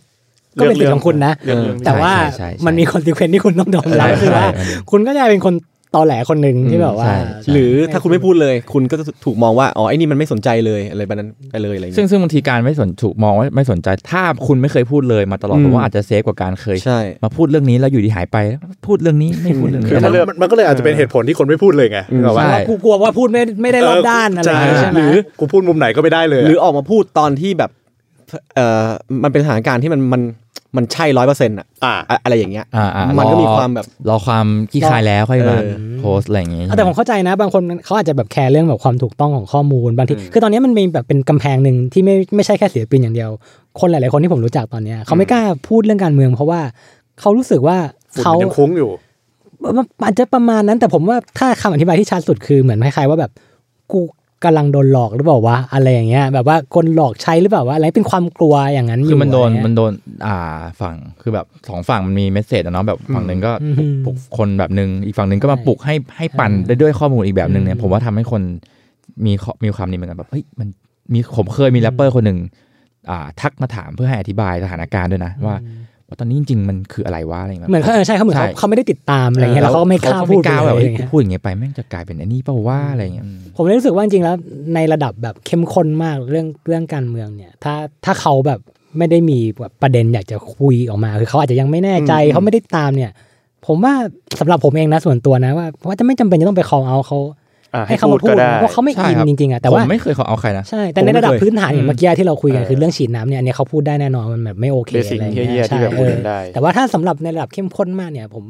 ก็เป็นสิทธิ์ของคุณนะ
เรื่องเรื่อง
แต่ว่า
ใช่ใช่ใช่
มันมีคอนติเควนที่คุณต้องยอมรับ
ใช่
คือว่า
ใช่
คุณก็จะเป็นคนตอแหลคนหนึ่งที่แบบว่า
ใช่ใช่
หรือถ้าคุณไม่พูดเลย คุณก็จะถูกมองว่าอ๋อไอ้นี่มันไม่สนใจเลยอะไรแบบนั้นไปเลยอะไร
ซึ่
เงี้
ง
ย
ซึ่งบางทีการไม่สนถูกมองว่าไม่สนใจ ถ้าคุณไม่เคยพูดเลยมาตลอด
อืม
ผมว่าอาจจะเซฟกว่าการเคย
ใช่
มาพูดเรื่องนี้แล้วอยู่ดีหายไปแล้วพูดเรื่องนี้ไม่พูดเรื่อง
คื
นี้
อ ถ้าเลือก
มันมันก็เลยอาจจะเป็นเหตุผลที่คนไม่พูดเลยไง
อืม
นึกออกปะ
ใช่
ว่ากูกลัวว่าพูดไม่ไม่ได้รอบด้านอะไรอย่างเงี้ยใช่ไหม
หรือกูพูดมุมไหนก็ไม่ได้เลย
หรือออกมาพูดตอนที่แบบเออมันเป็นสถานการณ์ที่มันมันมันใช่ร้อยเปอร์เซ็นต์อะ
อ่า
อะอะไรอย่างเงี้ย
อ่าอ่า
มั
มัน
ก็มีความแบบ
รอความขี้คายแล้วค่อยมา
เออ
โพสต์อะไรอย่างเงี้ย
เอาแต่ผมเข้าใจนะ บางคนเขาอาจจะแบบแคร์เรื่องแบบความถูกต้องของข้อมูลบางทีคือตอนนี้มันมีแบบเป็นกำแพงหนึ่งที่ไม่ไม่ใช่แค่ศิลปินอย่างเดียว คนหลาย ๆ คนที่ผมรู้จักตอนเนี้ยเขาไม่กล้าพูดเรื่องการเมือง เพราะว่าเขารู้สึกว่า
ฝุ่น
เขา
มันยังคุ้งอยู่
มันอาจจะประมาณนั้นแต่ผมว่าถ้าคำอธิบายที่ชัดสุดคือเหมือนคล้ายๆว่าแบบกูกำลังโดนหลอกหรือเปล่าวะอะไรอย่างเงี้ยแบบว่าคนหลอกใช้หรือเปล่าวะอะไรเป็นความกลัวอย่างนั้น
คือมันโดน
ยู่ะไรเงี้ย
มันโดนอ่าฝั่งคือแบบสองฝั่งมันมีเมสเซจอะเนาะแบบฝั่งหนึ่งก็
อืม
ปลุกปลุกคนแบบหนึ่งอีกฝั่งหนึ่งก็มา
ใช่
ปลุกให้ให้ปั่น
อ่า
ได้ด้วยข้อมูลอีกแบบหนึ่งเนี่ย
อืม
ผมว่าทำให้คนมีข้อมีความนี้เหมือนกันแบบเฮ้ยมันมีผมเคยมีแรปเปอร์คนหนึ่งอ่าทักมาถามเพื่อให้อธิบายสถานการณ์ด้วยนะว่าว่าตอนนี้จริงๆมันคืออะไรวะอะไรย่างงี้ย
เหมือนเขาเออใช่เขาเหมือนเขา
ใช่
เขาไม่ได้ติดตามอะไรเงี้ยแล้วเขาก็ไม่กล้าพูด
เขไม่กล้าแบบ
อะไร
เฮ้ย
เงี้ย
พูดอย่างเงี้ยไปแม่งจะกลายเป็นไอันนี้เปล่าว่าอะไรอย่างเงี้ยอืม
ผมเลยรู้สึกว่าจริงๆแล้วในระดับแบบเข้มข้นมากเรื่องเรื่องการเมืองเนี่ย ถ้าถ้าเขาแบบไม่ได้มีแบบประเด็นอยากจะคุยออกมาคือเขาอาจจะยังไม่แน่ใจเขาไม่ได้ตามเนี่ย ผมว่าสำหรับผมเองนะส่วนตัวนะว่าว่าจะไม่จำเป็นจะต้องไป call out เขา
อ่ะ
ให้เขามาพู
ก็
ด
ได้
เพราะเขาไม่
ใช่
อิน
ครับ
จริงๆอะแต่ว่า
ผมไม่เคยขอเอาใครนะ
ใช่ แต่ในระดับ
ผมไม่เคย
พื้นฐานอย่างเมื่อกี้ที่เราคุยกัน
เออ
คือเรื่องฉีดน้ำเนี่ยอันเนี้ยเขาพูดได้แน่นอนมันแบบไม่โอเค
เบสิก
อะไร
เฮี้
เงี้
ย
ย
ๆที่แบบ
ใช่
พูด
เอ
กั
อน
ได้
แต่ว่าถ้าสำหรับในระดับเข้มข้นมากเนี่ย ผม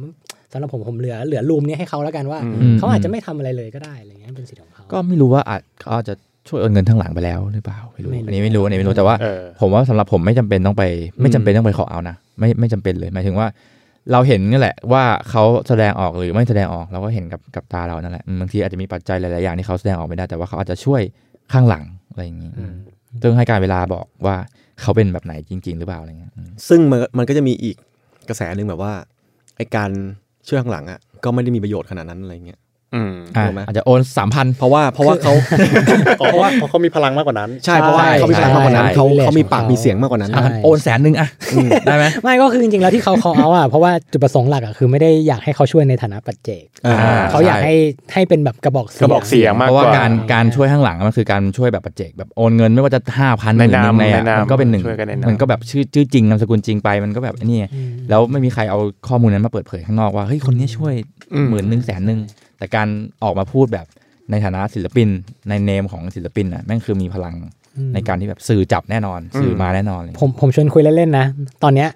สำหรับผมผมเหลือเหลือรูมเนี้ให้เขาแล้วกันว่า
อืม
เขาอาจจะไม่ทำอะไรเลยก็ได้อะไรเงี้ยเป็นสิทธิ์ของเขา
ก็ไม่รู้ว่าอาจเขาอาจจะช่วยโอนเงินทางหลังไปแล้วหรือเปล่าไม่รู้
ไม่รู้
อันนี้ไม่รู้อันนี้ไม่รู้แต่ว่า
เออ
ผมว่าสำหรับผมไม่จำเป็นต้องไป ไม่จำเป็นต้องไปขอเอานะไม่ไม่จำเป็นเลยหมายถึงว่า เราเห็นนี่แหละว่าเขาแสดงออกหรือไม่แสดงออกเราก็เห็นกับกับตาเรานั่นแหละอืมบางทีอาจจะมีปัจจัยหลายๆอย่างที่เขาแสดงออกไม่ได้แต่ว่าเขาอาจจะช่วยข้างหลังอะไรอย่างนี้ซึ่งให้การเวลาบอกว่าเขาเป็นแบบไหนจริง ๆ หรือเปล่าอะไรเงี้ยอืม
ซึ่งมันมันก็จะมีอีกกระแสหนึ่งแบบว่าไอการเชื่อข้างหลังอะก็ไม่ได้มีประโยชน์ขนาดนั้นอะไรเงี้ย
อืม
อ่ะ
ถูกไหม
อาจจะโอนสามพัน
เพราะว่าเพราะว่าเขา
เพราะว่าเพราะเขามีพลังมากกว่านั้น
ใช่เพราะว่า
ใช่
เขามีพลังมากกว่านั้น
ใช่
เขา
ใช่
เขามีปาก
ใช่
มีเสียงมากกว่านั้น
ใช่
โอนแสนหนึ่งอะได้ไหม
ไม่ก็คือจริงๆแล้วที่เขา call out อ่ะเพราะว่าจุดประสงค์หลักอ่ะคือไม่ได้อยากให้เขาช่วยในฐานะปัจเจก
อ่า
เขาอยากให้ให้เป็นแบบกระบอกเสียง
กระบอกเสียงมาก
เพราะ
ก
ว่า
ว่า
การการช่วยข้างหลังมันคือการช่วยแบบปัจเจกแบบโอนเงินไม่ว่าจะห้าพันห
ใน
นึ่ง
นาม
ในอะ
ในนาม
มันก็เป็นหนึ่ง
ช่วยกันในนาม
มันก็แบบชื่อชื่อจริงนามสกุลจริงไปมันก็แบบไอ้นี่ไง
อืม
แล้วไม่มีใครเอาข้อมูลนั้นมาเปิดเผยข้างนอกว่าเฮ้ยคนนี้ช่วยหมื่นหนึ่งแสนหนึ่งแต่การออกมาพูดแบบในฐานะศิลปินในเนมของศิลปินอ่ะแม่งคือมีพลังในการที่แบบสื่อจับแน่นอน สื่อมาแน่นอนเลย
ผมผมชวนคุยเล่นๆนะ ตอนเนี้ย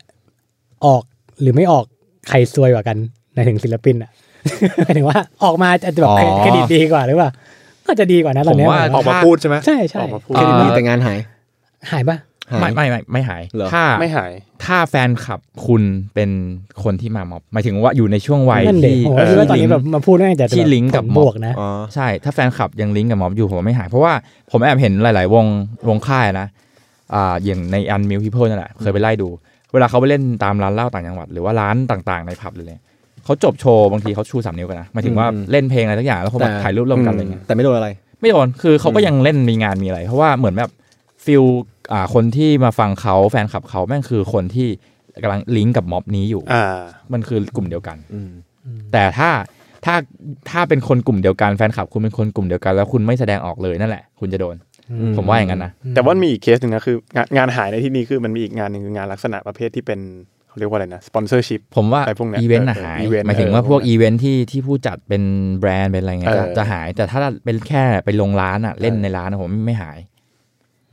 ออกหรือไม่ออกใครซวยกว่ากันในถึงศิลปินอะ หมายถึงว่าออกมาอาจจะแบบเครเครดิตดีกว่าหรือเปล่าน่าจะดีกว่านะต
ผ
อน
ม
เนี้ย
ว่า
หมายถึง
ออกมาพูดใช่ไหม
ใช่ใช่
ออกมาพูด
เครดิตดีแต่งานหาย
หายปะ
หาย
ไม่ไม่ไม่ไม่หาย
เหรอ
ถ้า
ไม่หาย
ถ้าแฟนคลับคุณเป็นคนที่มาม็อบหมายถึงว่าอยู่ในช่วงวัย
นั่นเด็ก
ที่
ผม
เ
ว่าคิดว่าตอนนี้
ที่
แบบมาพูดน่าจะ
ที่ลิงก์กับ
ผล
หม
บ
อ
วกนะ
อ๋อ
ใช่ ถ้าแฟนคลับยังลิงก์กับม็อบอยู่ผมว่าไม่หาย เพราะว่าผมแอบเห็นหลาย ๆ วงวงค่ายนะอ่าอย่างในอันมิวพิเพิลนั่นแหละเคยไปไล่ดู เวลาเขาไปเล่นตามร้านเหล้าต่างจังหวัด หรือว่าร้านต่าง ๆ ในผับเลยเนี่ยเขาจบโชว์บางทีเขาชูสามนิ้วกันนะหมายถึงว่า
อืม
เล่นเพลงอะไรสักอย่างแล้วเขามา
แต่
ถ่ายรูปร่วมกันอะไรเงี้ย
แต่ไม่โดนอะไร
ไม่โดนคือเขาก็ยังเล่นมีงานมีอะไร เพราะว่าเหมือนแบบฟิลอ่าคนที่มาฟังเขาแฟนคลับเขาแม่งคือคนที่กำลังลิงก์กับม็อบนี้อยู่
อ่า
มันคือกลุ่มเดียวกัน
อืม
แต่ถ้าถ้าถ้าเป็นคนกลุ่มเดียวกันแฟนคลับ คุณเป็นคนกลุ่มเดียวกัน แล้วคุณไม่แสดงออกเลยนั่นแหละ คุณจะโดน
อืม
ผมว่าอย่างนั้นนะ
แต่ว่ามีอีกเคสหนึ่งนะคืองานงานหายในที่นี้คือมันมีอีกงานหนึ่งคืองานลักษณะประเภทที่เป็นเขาเรียกว่าอะไรนะสปอนเซอร์ชิพ
ผมว่า
ไอ้พวกเนี้ย
อีเวนต์อะ
เออ
หาย
อีเวนต์
หมายถึง
เออ
ว่าพว
พว
ก
กเนี้ย
อีเวนต์ที่ที่ผู้จัดเป็นแบรนด์เป็นอะไรเงี้ย
เออ
จะจะหายแต่ถ้าเป็นแค่ไปลงร้านอะเล่นในร้านอะผมไม่หาย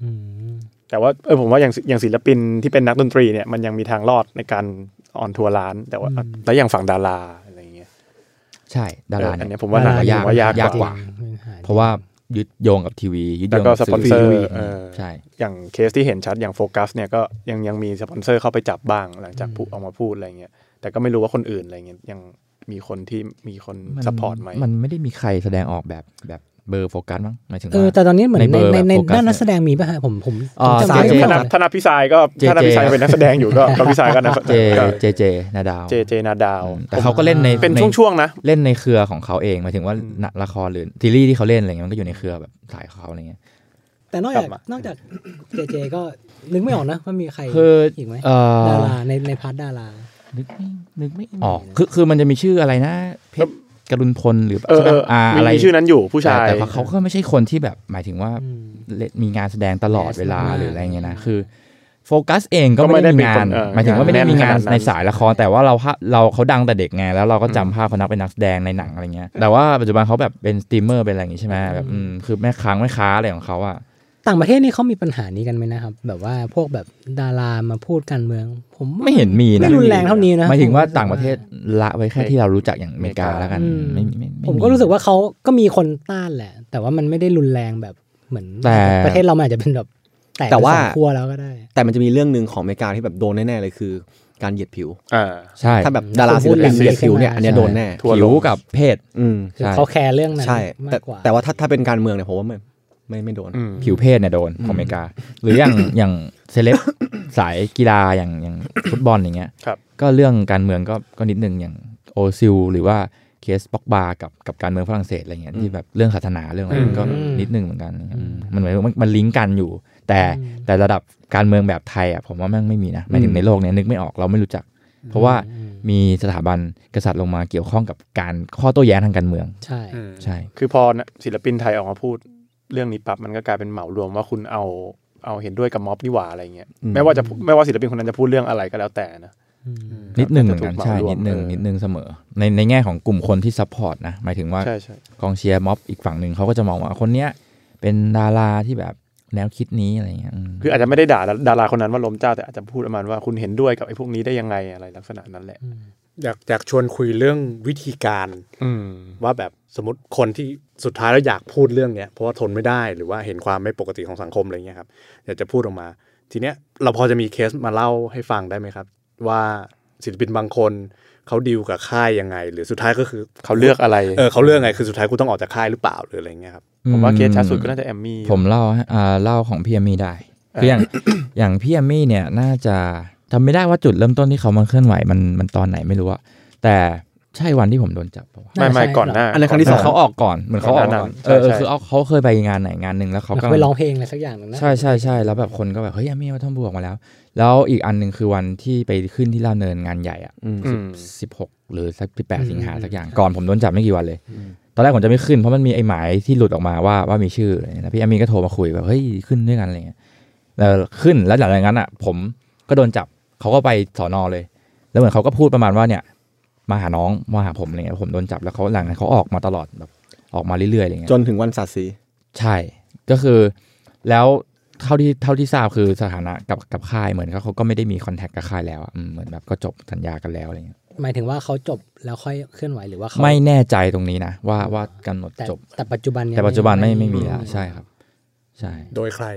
อืม
แต่ว่าเออผมว่าอย่างอย่างศิลปินที่เป็นนักดนตรีเนี่ยมันยังมีทางรอดในการออนทัวร์ร้าน แต่ว่าแล้วอย่างฝั่งดาราอะไรอย่างเงี้ย
ใช่ดารา
เอออันเนี้
เนี่ย
ยผมว่าหนัก
ด
ผ
ร
มว่ายาก
ยากกว่า
จงๆหย
เพราะว่ายึดโยงกับทีวี ยึดโยง
แล้วก็สปอนเซอร์
ทีวี
เออ
ใช่
อย่างเคสที่เห็นชัดอย่างโฟกัสเนี่ยก็ยังยังมีสปอนเซอร์เข้าไปจับบ้างหลังจากผู้ออกมาพูดอะไรเงี้ยแต่ก็ไม่รู้ว่าคนอื่นอะไรเงี้ยยังมีคนที่มีคน
มัน
ซัพพอร์ตไหม
มันไม่ได้มีใครแสดงออกแบบแบบเบอร์โฟกัสมั้งหมายถึง
เออ
ว่า
แต่ตอนนี้เหมือน
ใน
ใน
เบอร์
ในใน
แบบโฟกัส
ด้านนักแสดงมีป่ะฮะผมผม
อ่า
ผม
ส
จำ
ย
ไม่
ธ
ได้
นา
ว่า
ธนาพิสายก็
เจเจ
ธนาพิสายเป็นนักแสดงอยู่ก็ ก็พิสายก็นัก
เจ
ก็
เจเจนาดาว
เจเจนาดาว
อืมแต่เขาก็เล่นใน
เป็นช่วงๆนะ
เล่นในเครือของเขาเองหมายถึงว่าละละครหรือซีรีส์ที่เขาเล่นอะไรเงี้ยมันก็อยู่ในเครือแบบสายของเขาอะไรเงี้ย
แต่นอก
กลั
จาก
บมา
นอกจากเจเจก็นึกไม่ออกนะว่ามีใคร
คือ
อีกไหม
เออ
ดาราในในพาร์ทดารา
นึกไม่นึกไม่ออกคือคือมันจะมีชื่ออะไรนะเพชรกรุณพลหรือ
เออเออ
อ่าอะไร
มีชื่อนั้นอยู่ผู้ชาย
แต่แต่เขาก็ไม่ใช่คนที่แบบหมายถึงว่า
อืม
เล่นมีงานแสดงตลอดเวลา
แสดงมาก
หรืออะไรเงี้ยนะคือโฟกัสเองก็ไม่ได้มีงานหมายถึงว่าไม่ได้มีงานในสายละคร แต่ว่าเราฮะเราเขาดังแต่เด็กไงแล้วเราก็จำภาพเขานักเป็นนักแสดงในหนังอะไรเงี้ยแต่ว่าปัจจุบันเขาแบบเป็นสตรีมเมอร์เป็นอะไรอย่างงี้ใช่ไหมแบบอืมคือแม่ค้าแม่ค้าอะไรของเขาอะ
ต่างประเทศนี่เขามีปัญหานี้กันไหมนะครับ แบบว่าพวกแบบดารามาพูดการเมือง ผม
ไม่เห็นมีนะ
ไม่รุนแรงเท่านี้นะ
หมายถึงว่า
ผ
ต่างประเทศละไว้แค่ที่เรารู้จักอย่างอเมริกาแล้วกัน
อืม
ไม่ไม่ไ
ผมก็รู้สึกว่าเขาก็มีคนต้านแหละ แต่ว่ามันไม่ได้รุนแรงแบบเหมือน
แต่
ประเทศเรามันอาจจะเป็นแบบแตก
แต่
เป็น
ว่า
สองขั้วแล้วก็ได้
แต่มันจะมีเรื่องหนึ่งของอเมริกาที่แบบโดนแน่ๆเลยคือ การเหยียดผิว
อ่า
ใช่
ถ้าแบบดาราศิลปินเหยียดผิวเนี่ยอันเนี้ยโดนแน่
ทั่วโลก
ผิวกับเพศ
อืม
คือ
ใช่
เขาแคร์เรื่องนั้น
ใช่ แต่
มากกว่า
แต่ว่าถ้าถ้าเป็นการเมืองเนี่ยผมว่าไม่ไม่ไม่โดน
อืม
ผิวเพศเนี่ยโดนของอเมริกา หรือ อย่าง อย่างเซเลบสายกีฬาอย่างอย่างฟุตบอลอย่างเงี้ย
ครับ
ก็เรื่องการเมืองก็ก็นิดนึงอย่างโอซิลหรือว่าเคสป็อกบากับกับการเมืองฝรั่งเศสอะไรเงี้ยที่แบบเรื่องศาสนาเรื่องอะไรก็นิดนึงเหมือนกันอืมมันเหมือนมันมันลิงก์กันอยู่ แต่แต่ระดับการเมืองแบบไทยอ่ะผมว่าแม่งไม่มีนะหมายถึงในโลกเนี้ยนึกไม่ออกเราไม่รู้จัก เพราะว่ามีสถาบันกษัตริย์ลงมาเกี่ยวข้องกับการข้อโต้แย้งทางการเมือง
ใช่
ใช่
คือพอนะศิลปินไทยออกมาพูดเรื่องนี้ปั๊บมันก็กลายเป็นเหมารวมว่าคุณเอาเอาเห็นด้วยกับม็อบนี่หว่าอะไรเงี้ย
อืม
ไม่ว่าจะพูดไม่ว่าศิลปินคนนั้นจะพูดเรื่องอะไรก็แล้วแต่นะ
อืม
นิดนึงเหมือน
ถู
กัน
กเหมา
ใช่
รวม
นิดนึง
เออ
นิดนึงเสมอ ในในแง่ของกลุ่มคนที่ซัพพอร์ตนะหมายถึงว่า
ใช่ใช่
กองเชียร์ม็อบอีกฝั่งหนึ่งเขาก็จะมองว่าคนเนี้ยเป็นดาราที่แบบแนวคิดนี้อะไรเงี้ยอืม
คืออาจจะไม่ได้ด่าดาราคนนั้นว่าล้มเจ้าแต่อาจจะพูดประมาณว่าคุณเห็นด้วยกับไอ้พวกนี้ได้ยังไงอะไรลักษณะนั้นแหละ
อยากอยากชวนคุยเรื่องวิธีการ
อืม
ว่าแบบสมมติคนที่สุดท้ายแล้วอยากพูดเรื่องเนี้ยเพราะว่าทนไม่ได้หรือว่าเห็นความไม่ปกติของสังคมอะไรเงี้ยครับอยากจะพูดออกมา ทีเนี้ยเราพอจะมีเคสมาเล่าให้ฟังได้ไหมครับ ว่าศิลปินบางคนเขาดีลกับค่ายยังไง หรือสุดท้ายก็คือ
เขาเลือกอะไร
เออเขาเลือกไงคือสุดท้ายกูต้องออกจากค่ายหรือเปล่าหรืออะไรเงี้ยครับ
ผมว่าเคสชัดสุดก็น่าจะแอมมี่
ผมเล่าให้อ่าเล่าของพี่เอมมี่ได้คืออย่าง อย่างพี่เอมมี่เนี่ยน่าจะจำไม่ได้ว่าจุดเริ่มต้นที่เขามาเคลื่อนไหวมันมันตอนไหนไม่รู้อะแต่ใช่วันที่ผมโดนจับปะวะ
ไม่ไม่ก่อนหน้า
อันนั้นครั้งที่
เห
ส
มื
อ
อง นเขาออกก่อนเหมือนเขาออก
ก่อนหน้า
ก่
นั้
อน
น
เออเออ
ใช่
คือเอาเขาเคยไปงานไหนงานหนึ่งแล้วเขาก็
ไปร้องเพลงอะไรสักอย่างหนึงนะ
ใช่ใช่ใช่แล้วแบบคนก็แบบเฮ้ยมีวัฒนบุรีออกมาแล้ว แล้วอีกอันหนึ่งคือวันที่ไปขึ้นที่ลาดเนินงานใหญ่อ่ะ
อืม
อืม
สิบหกหรือสักสิบแปด
อืม
สิงหาสักอย่างก่อนผมโดนจับไม่กี่วันเลย ตอนแรกผมจะไม่ขึ้นเพราะมันมีไอ้หมายที่หลุดออกมาว่าว่ามีชื่ออะไรนะพี่แอมมี่ก็โทรมาคุยแบบเฮ้ยขึ้นด้วยกันอะไรเงี้ยแล้วขึ้นแล้วหลังจากนั้นอ่ะ ผมก็โดนจับเขาก็ไปสอนอเลย แล้วเหมือนเขาก็พูดประมาณว่าเนี่ย มาหาน้องมาหาผมอะไรเงี้ยผมโดนจับแล้วเขาหลังจากนั้นเขาออกมาตลอดแบบออกมาเรื่อยๆอะไรเงี้ย
จนถึงวันศาสตร์สี
ใช่ ก็คือ แล้วเท่าที่เท่าที่ทราบคือสถานะกับกับค่ายเหมือนเขาเขาก็ไม่ได้มีคอนแทคกับค่ายแล้วอะอืมเหมือนแบบก็จบสัญญากันแล้วอะไรเงี้ย
หมายถึงว่าเขาจบแล้วค่อยเคลื่อนไหวหรือว่าเขา
ไม่แน่ใจตรงนี้นะว่าว่ากำหนด
แต่
จบ
แต่ปัจจุบันยัง
แต่ปัจจุบันไม่ไม่มี
อื
แล้วใช่ครับ ใช่
โดยใคร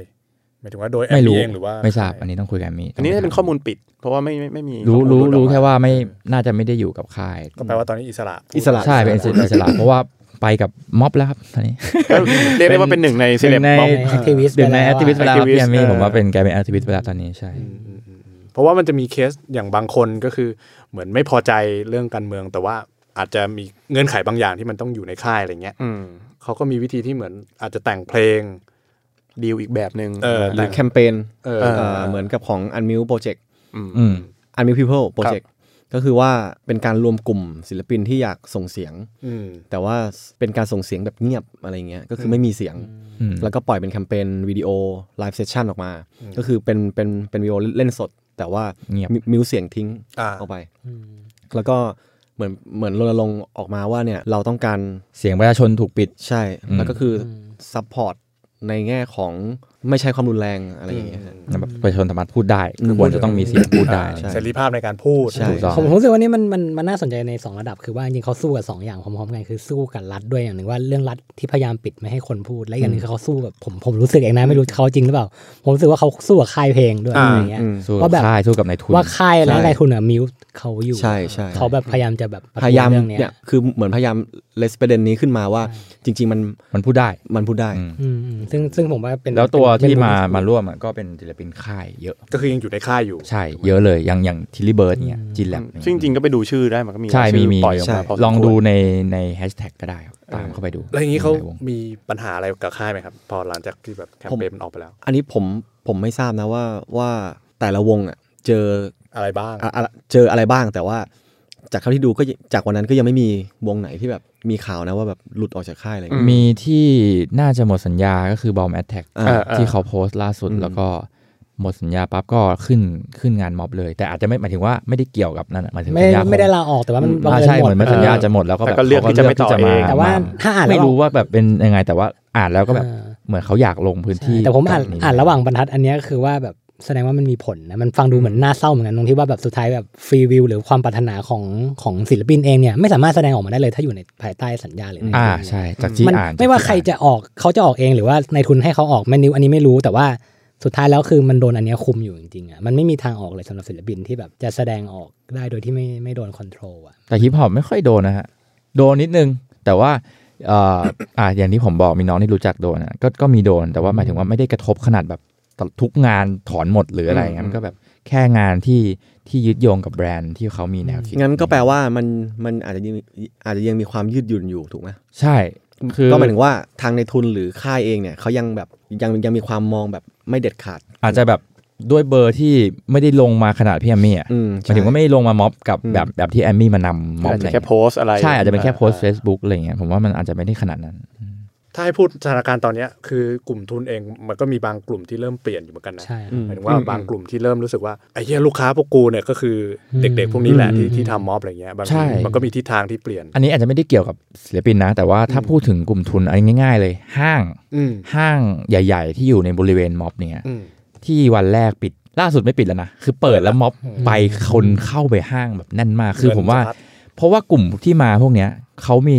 หมายถึงว่าโดยแอ
ไม่
ม
รู้
เองหรือว่า
ไม่ทราบอันนี้ต้องคุยกับแอมมี่
อันนี้น่าจะเป็นข้อมูลปิด เพราะว่าไม่ไม่ไม่มี
รู้
ข้อมูล
รู้
หลุดออก
รู้
ม
แค่ว่าไม่น่าจะไม่ได้อยู่กับค่าย
ก็แปลว่าตอนนี้อิสระพูด
อิสระ
ใช่เป็นอิสระอิสระเพราะว่าไปกับม็อบแล้วครับตอนนี้
ก็เรียกได้ว่าเป็นหนึ่งในเซเลบ
หนึ่งใน
ม็อบ
แอคทีวิสต์
เดี๋ยวในแอคทิวิสต์ไป
อะ
แล้วครับ
activist
พี่แอมมี่
เออ
ผมว่าเป็นแกเป็นแอคทิวิสต์ไปแล้วตอนนี้ใช่
อืมอืมอืมอืมเพราะว่ามันจะมีเคสอย่างบางคนก็คือเหมือนไม่พอใจเรื่องการเมือง แต่ว่าอาจจะมีเงื่อนไขบางอย่างที่มันต้องอยู่ในค่ายอะไรเงี้ย
อืม
เขาก็มีวิธีที่เหมือนอาจจะแต่งเพลง
ดีลอีกแบบหนึ่ง
เออ
หรือแคมเปญ
เออ
เอ่อเหมือนกับของ Unmute Project
ม
อืม
Unmute People Project ก็คือว่าเป็นการรวมกลุ่มศิลปินที่อยากส่งเสียง
อืม
แต่ว่าเป็นการส่งเสียงแบบเงียบอะไรเงี้ยก็คือไม่มีเสียง
อืม
แล้วก็ปล่อยเป็นแคมเปญวิดีโอไลฟ์เซสชันออกมา ก็คือเป็นเป็นเป็นวิดีโอเล่นสด แต่ว่า
เงียบ
มิมิวเสียงทิ้ง
อ่า
ออกไป แล้วก็เหมือนเหมือนรณรงค์ออกมาว่าเนี่ยเราต้องการ
เสียงประชาชนถูกปิด
ใช่ แล้วก็คืออซัพพอร์ตในแง่ของไม่ใช้ความรุนแรงอะไรอย่างเงี้ย
ประชาชนสามารถพูดได้ควรจะต้องมีเสียงพูดได้
ใช่
เสรีภาพในการพูด
ใช่
ถูกต้อง
ผมผมรู้สึกว่านี่มันมันมันน่าสนใจในสองระดับคือว่าจริงๆเขาสู้กับสองอย่างพร้อมๆกันคือสู้กับรัฐด้วยอย่างหนึ่งว่าเรื่องรัฐที่พยายามปิดไม่ให้คนพูดและอีกอย่างหนึงคือเขาสู้กับผมผมรู้สึกเองนะไม่รู้เขาจริงหรือเปล่า ผมรู้สึกว่าเขาสู้กับค่ายเพลงด้วย
อ่า
อะไรเงี้ย
อืม
สู้
ว่า
กับ
แบบ
ค่ายสู้กับนายทุน
ว่าค่ายและ
ใช่
นายทุนอะมิวเขาอยู่
ใช่ใช่
เขาแบบพยายามจะแบบประท้ว
พ
ง
ยายาม
เรื่องเนี้
เนี่ย
ย
คือเหมือนพยายามเลสประเด็นนี้ขึ้นมาว่าจริง ๆ มัน
มันพูดได้
มันพูดได้
อืม
อืมอืมซึ่งซึ่งผมว่าเป็น
แล้วตัว
เป็น
ที่มา
เป็น
มาร่วมอะก็เป็นศิลปินค่ายเยอะ
ก็คือยังอยู่ในค่ายอยู่
ใช่ เยอะเลยอย่างอย่างทิลลี่เบิร์ดเนี่ยจินแลบ
ซึ่งจริงๆก็ไปดูชื่อได้มันก็มี
ใช่มี
ชื่อ
มี
ปล่อยออก
ใช่
มาพอสมควร
ลองดูในในแฮชแท็กก็ได้ครับตามเข้าไปดู
แล้วอย่างนี้เขา
ในวง
มีปัญหาอะไรกับค่ายไหมครับ พอหลังจากที่แบบแคมเปญมันออกไปแล้ว
อันนี้ผมผมไม่ทราบนะว่าว่าแต่ละวงอ่ะเจอ
อะไรบ้าง
อะอะเจออะไรบ้างแต่ว่า จากเท่าที่ดูก็ยังจากวันนั้นก็ยังไม่มีวงไหนที่แบบมีข่าวนะว่าแบบหลุดออกจากค่ายอะไรอย่างเงี้ย
มีที่น่าจะหมดสัญญาก็คือบอมแอ t แทก
อ่า
ที่เขาโพสต์ล่าสุด
อืม
แล้วก็หมดสัญญาปั๊บก็ขึ้นขึ้นงานม็อบเลย แต่อาจจะไม่หมายถึงว่าไม่ได้เกี่ยวกับนั่นอะหมายถึง
ไม่
สัญญา
ไม่ได้
ลา
ลาออกแต่ว่ามันบัง
อ่า
เอิญ
ใช่
หม
เหมื
ด
อนมันสัญญาจะหมดแล้วก็
แต่
แบบ
ก็เลือกที่จะไม่ต่อเอง
แต่
แต่ว่า
ว่า
ถ้าอ่าน
ไม่
ระหว่าง
รู้ว่าแบบเป็นยังไงแต่ว่าอ่านแล้วก็แบบ
เออ
เหมือนเขาอยากลงพื้นที่
แต่ผมอ่าน
กั
อ่านระหว่างบรรทัดอันเนี้ยก็คือว่าแบบแสดงว่ามันมีผลนะมันฟังดูเหมือนน่าเศร้าเหมือนกันตรงที่ว่าแบบสุดท้ายแบบฟรีวิวหรือความปรารถนาของของศิลปินเองเนี่ยไม่สามารถแสดงออกมาได้เลยถ้าอยู่ในภายใต้สัญญาหรือใน
อ่า
อะไร
ใช่จากที่
มัน
อ่าน
ไม่ว่าใคร
จกที่
จะออกเขาจะออกเองหรือว่าในทุนให้เขาออกแมนิวอันนี้ไม่รู้แต่ว่าสุดท้ายแล้วคือมันโดนอันเนี้ยคุมอยู่จริงๆอ่ะมันไม่มีทางออกเลยสำหรับศิลปินที่แบบจะแสดงออกได้โดยที่ไม่ไม่โดนคอนโทรลอ่ะ
แต่ฮิปฮอปไม่ค่อยโดนนะฮะโดนนิดนึง แต่ว่าเอ่ออ่าอย่างที่ผมบอกมีน้องที่รู้จักโดนอะก็ก็มีโดนแต่ว่าหมายถึงว่าไม่ได้กระทบขนาดแบบทุกงานถอนหมดหรืออะไรอย่างเงี้ยมันก็แบบแค่งานที่ที่ยึดโยงกับแบรนด์ที่เขามีแนวคิด
งั้นก็แปลว่ามันมันอาจจะยังอาจจะยังมีความยืดหยุ่นอยู่ถูกไหม
ใช่คือ
ก็หมายถึงว่าทางในทุนหรือค่ายเองเนี่ยเขายังแบบยังยังมีความมองแบบไม่เด็ดขาด
อาจจะแบบด้วยเบอร์ที่ไม่ได้ลงมาขนาดพี่แอมมี่อ่ะ
อืม
หมายถึงว่าไม่ได้ลงมาม็อบกับแบบแบบที่แอมมี่มานำม็อบ
อาจ
อะไร
จะแค่โพสต์อะไร
ใช่อาจจะเป็นแค่โพสต์ Facebook อะไรอย่างเงี้ยผมว่ามันอาจจะไม่ได้ขนาดนั้น
ถ้าให้พูดสถานการณ์ตอนเนี้ยคือกลุ่มทุนเองมันก็มีบางกลุ่มที่เริ่มเปลี่ยนอยู่เหมือนกันนะ
ใช่
หมายถึงว่าบางกลุ่มที่เริ่มรู้สึกว่าไอ้เหี้ยลูกค้าพวกกูเนี่ยก็คือเด็กๆพวกนี้แหละที่ที่ทำม็อบอะไรเงี้ยบาง
ใช่
ทีมันก็มีทิศทางที่เปลี่ยน
อันนี้อาจจะไม่ได้เกี่ยวกับศิลปินนะ แต่ว่าถ้าพูดถึงกลุ่มทุนอันนี้ง่าย ๆ เลย ห้าง
อืม
ห้างใหญ่ ๆ ที่อยู่ในบริเวณม็อบเนี่ย
อืม
ที่วันแรกปิดล่าสุดไม่ปิดแล้วนะคือเปิดแล้วม็อบไปคนเข้าไปห้างแบบแน่นมากคือผมว่า
เงินสะด
เพราะว่ากลุ่มที่มาพวกเนี้ยเขามี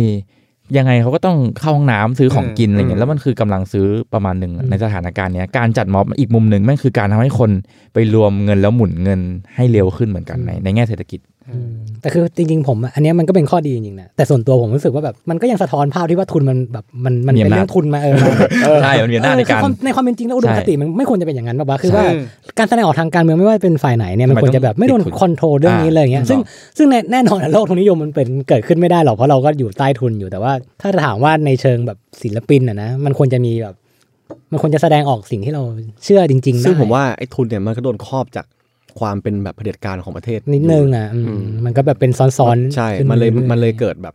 ยังไงเขาก็ต้องเข้าห้องน้ำซื้อของกินอะไรเงี้ยแล้วมันคือกำลังซื้อประมาณหนึ่งในสถานการณ์เนี้ยการจัดม็อบอีกมุมหนึ่งแม่งคือการทำให้คนไปรวมเงินแล้วหมุนเงินให้เร็วขึ้นเหมือนกันในในแง่เศรษฐกิจ
แต่คือจริงๆผมอะอันเนี้ยมันก็เป็นข้อดีจริงๆนะแต่ส่วนตัวผมรู้สึกว่าแบบมันก็ยังสะท้อนภาพที่ว่าทุนมันแบบมันมัน
มี
เป็น
อำนาจ
เรื่องทุนมาเออ
ใช่มันมีหน้าจในการ
เออคือควมในความเป็นจริงแล้วอุดมคติมันไม่ควรจะเป็นอย่างนั้นแบบว่าคือว่า
ใช่
การแสดงออกทางการเมืองไม่ว่าเป็นฝ่ายไหนเนี่ยมัน
ทำไม
ควรจะแบบไม่โดน
ต้องติดทุน
คอนโทรลเรื่องนี้เลยอย่างเงี้ย
อ่า
ซึ่งซึ่งแน่แน่นอนอะโลกทุนนิยมมันเป็นเกิดขึ้นไม่ได้หรอกเพราะเราก็อยู่ใต้ทุนอยู่แต่ว่า ถ้าถามว่าในเชิงแบบศิลปินอะนะมันควรจะมีแบบมันควรจะแสดงออกสิ่งที่เราเชื่อจริงๆได้
ซึ่งผมว่าไอ้ทุนเนี่ยมันก็โดนครอบจากความเป็นแบบเผด็จการของประเทศ
นิดนึงอ่ะอืมมันก็แบบเป็นซ้อนๆ
ใช่
ขึ้า
มันเลย
รื่อๆ
มันเลยเกิดแบบ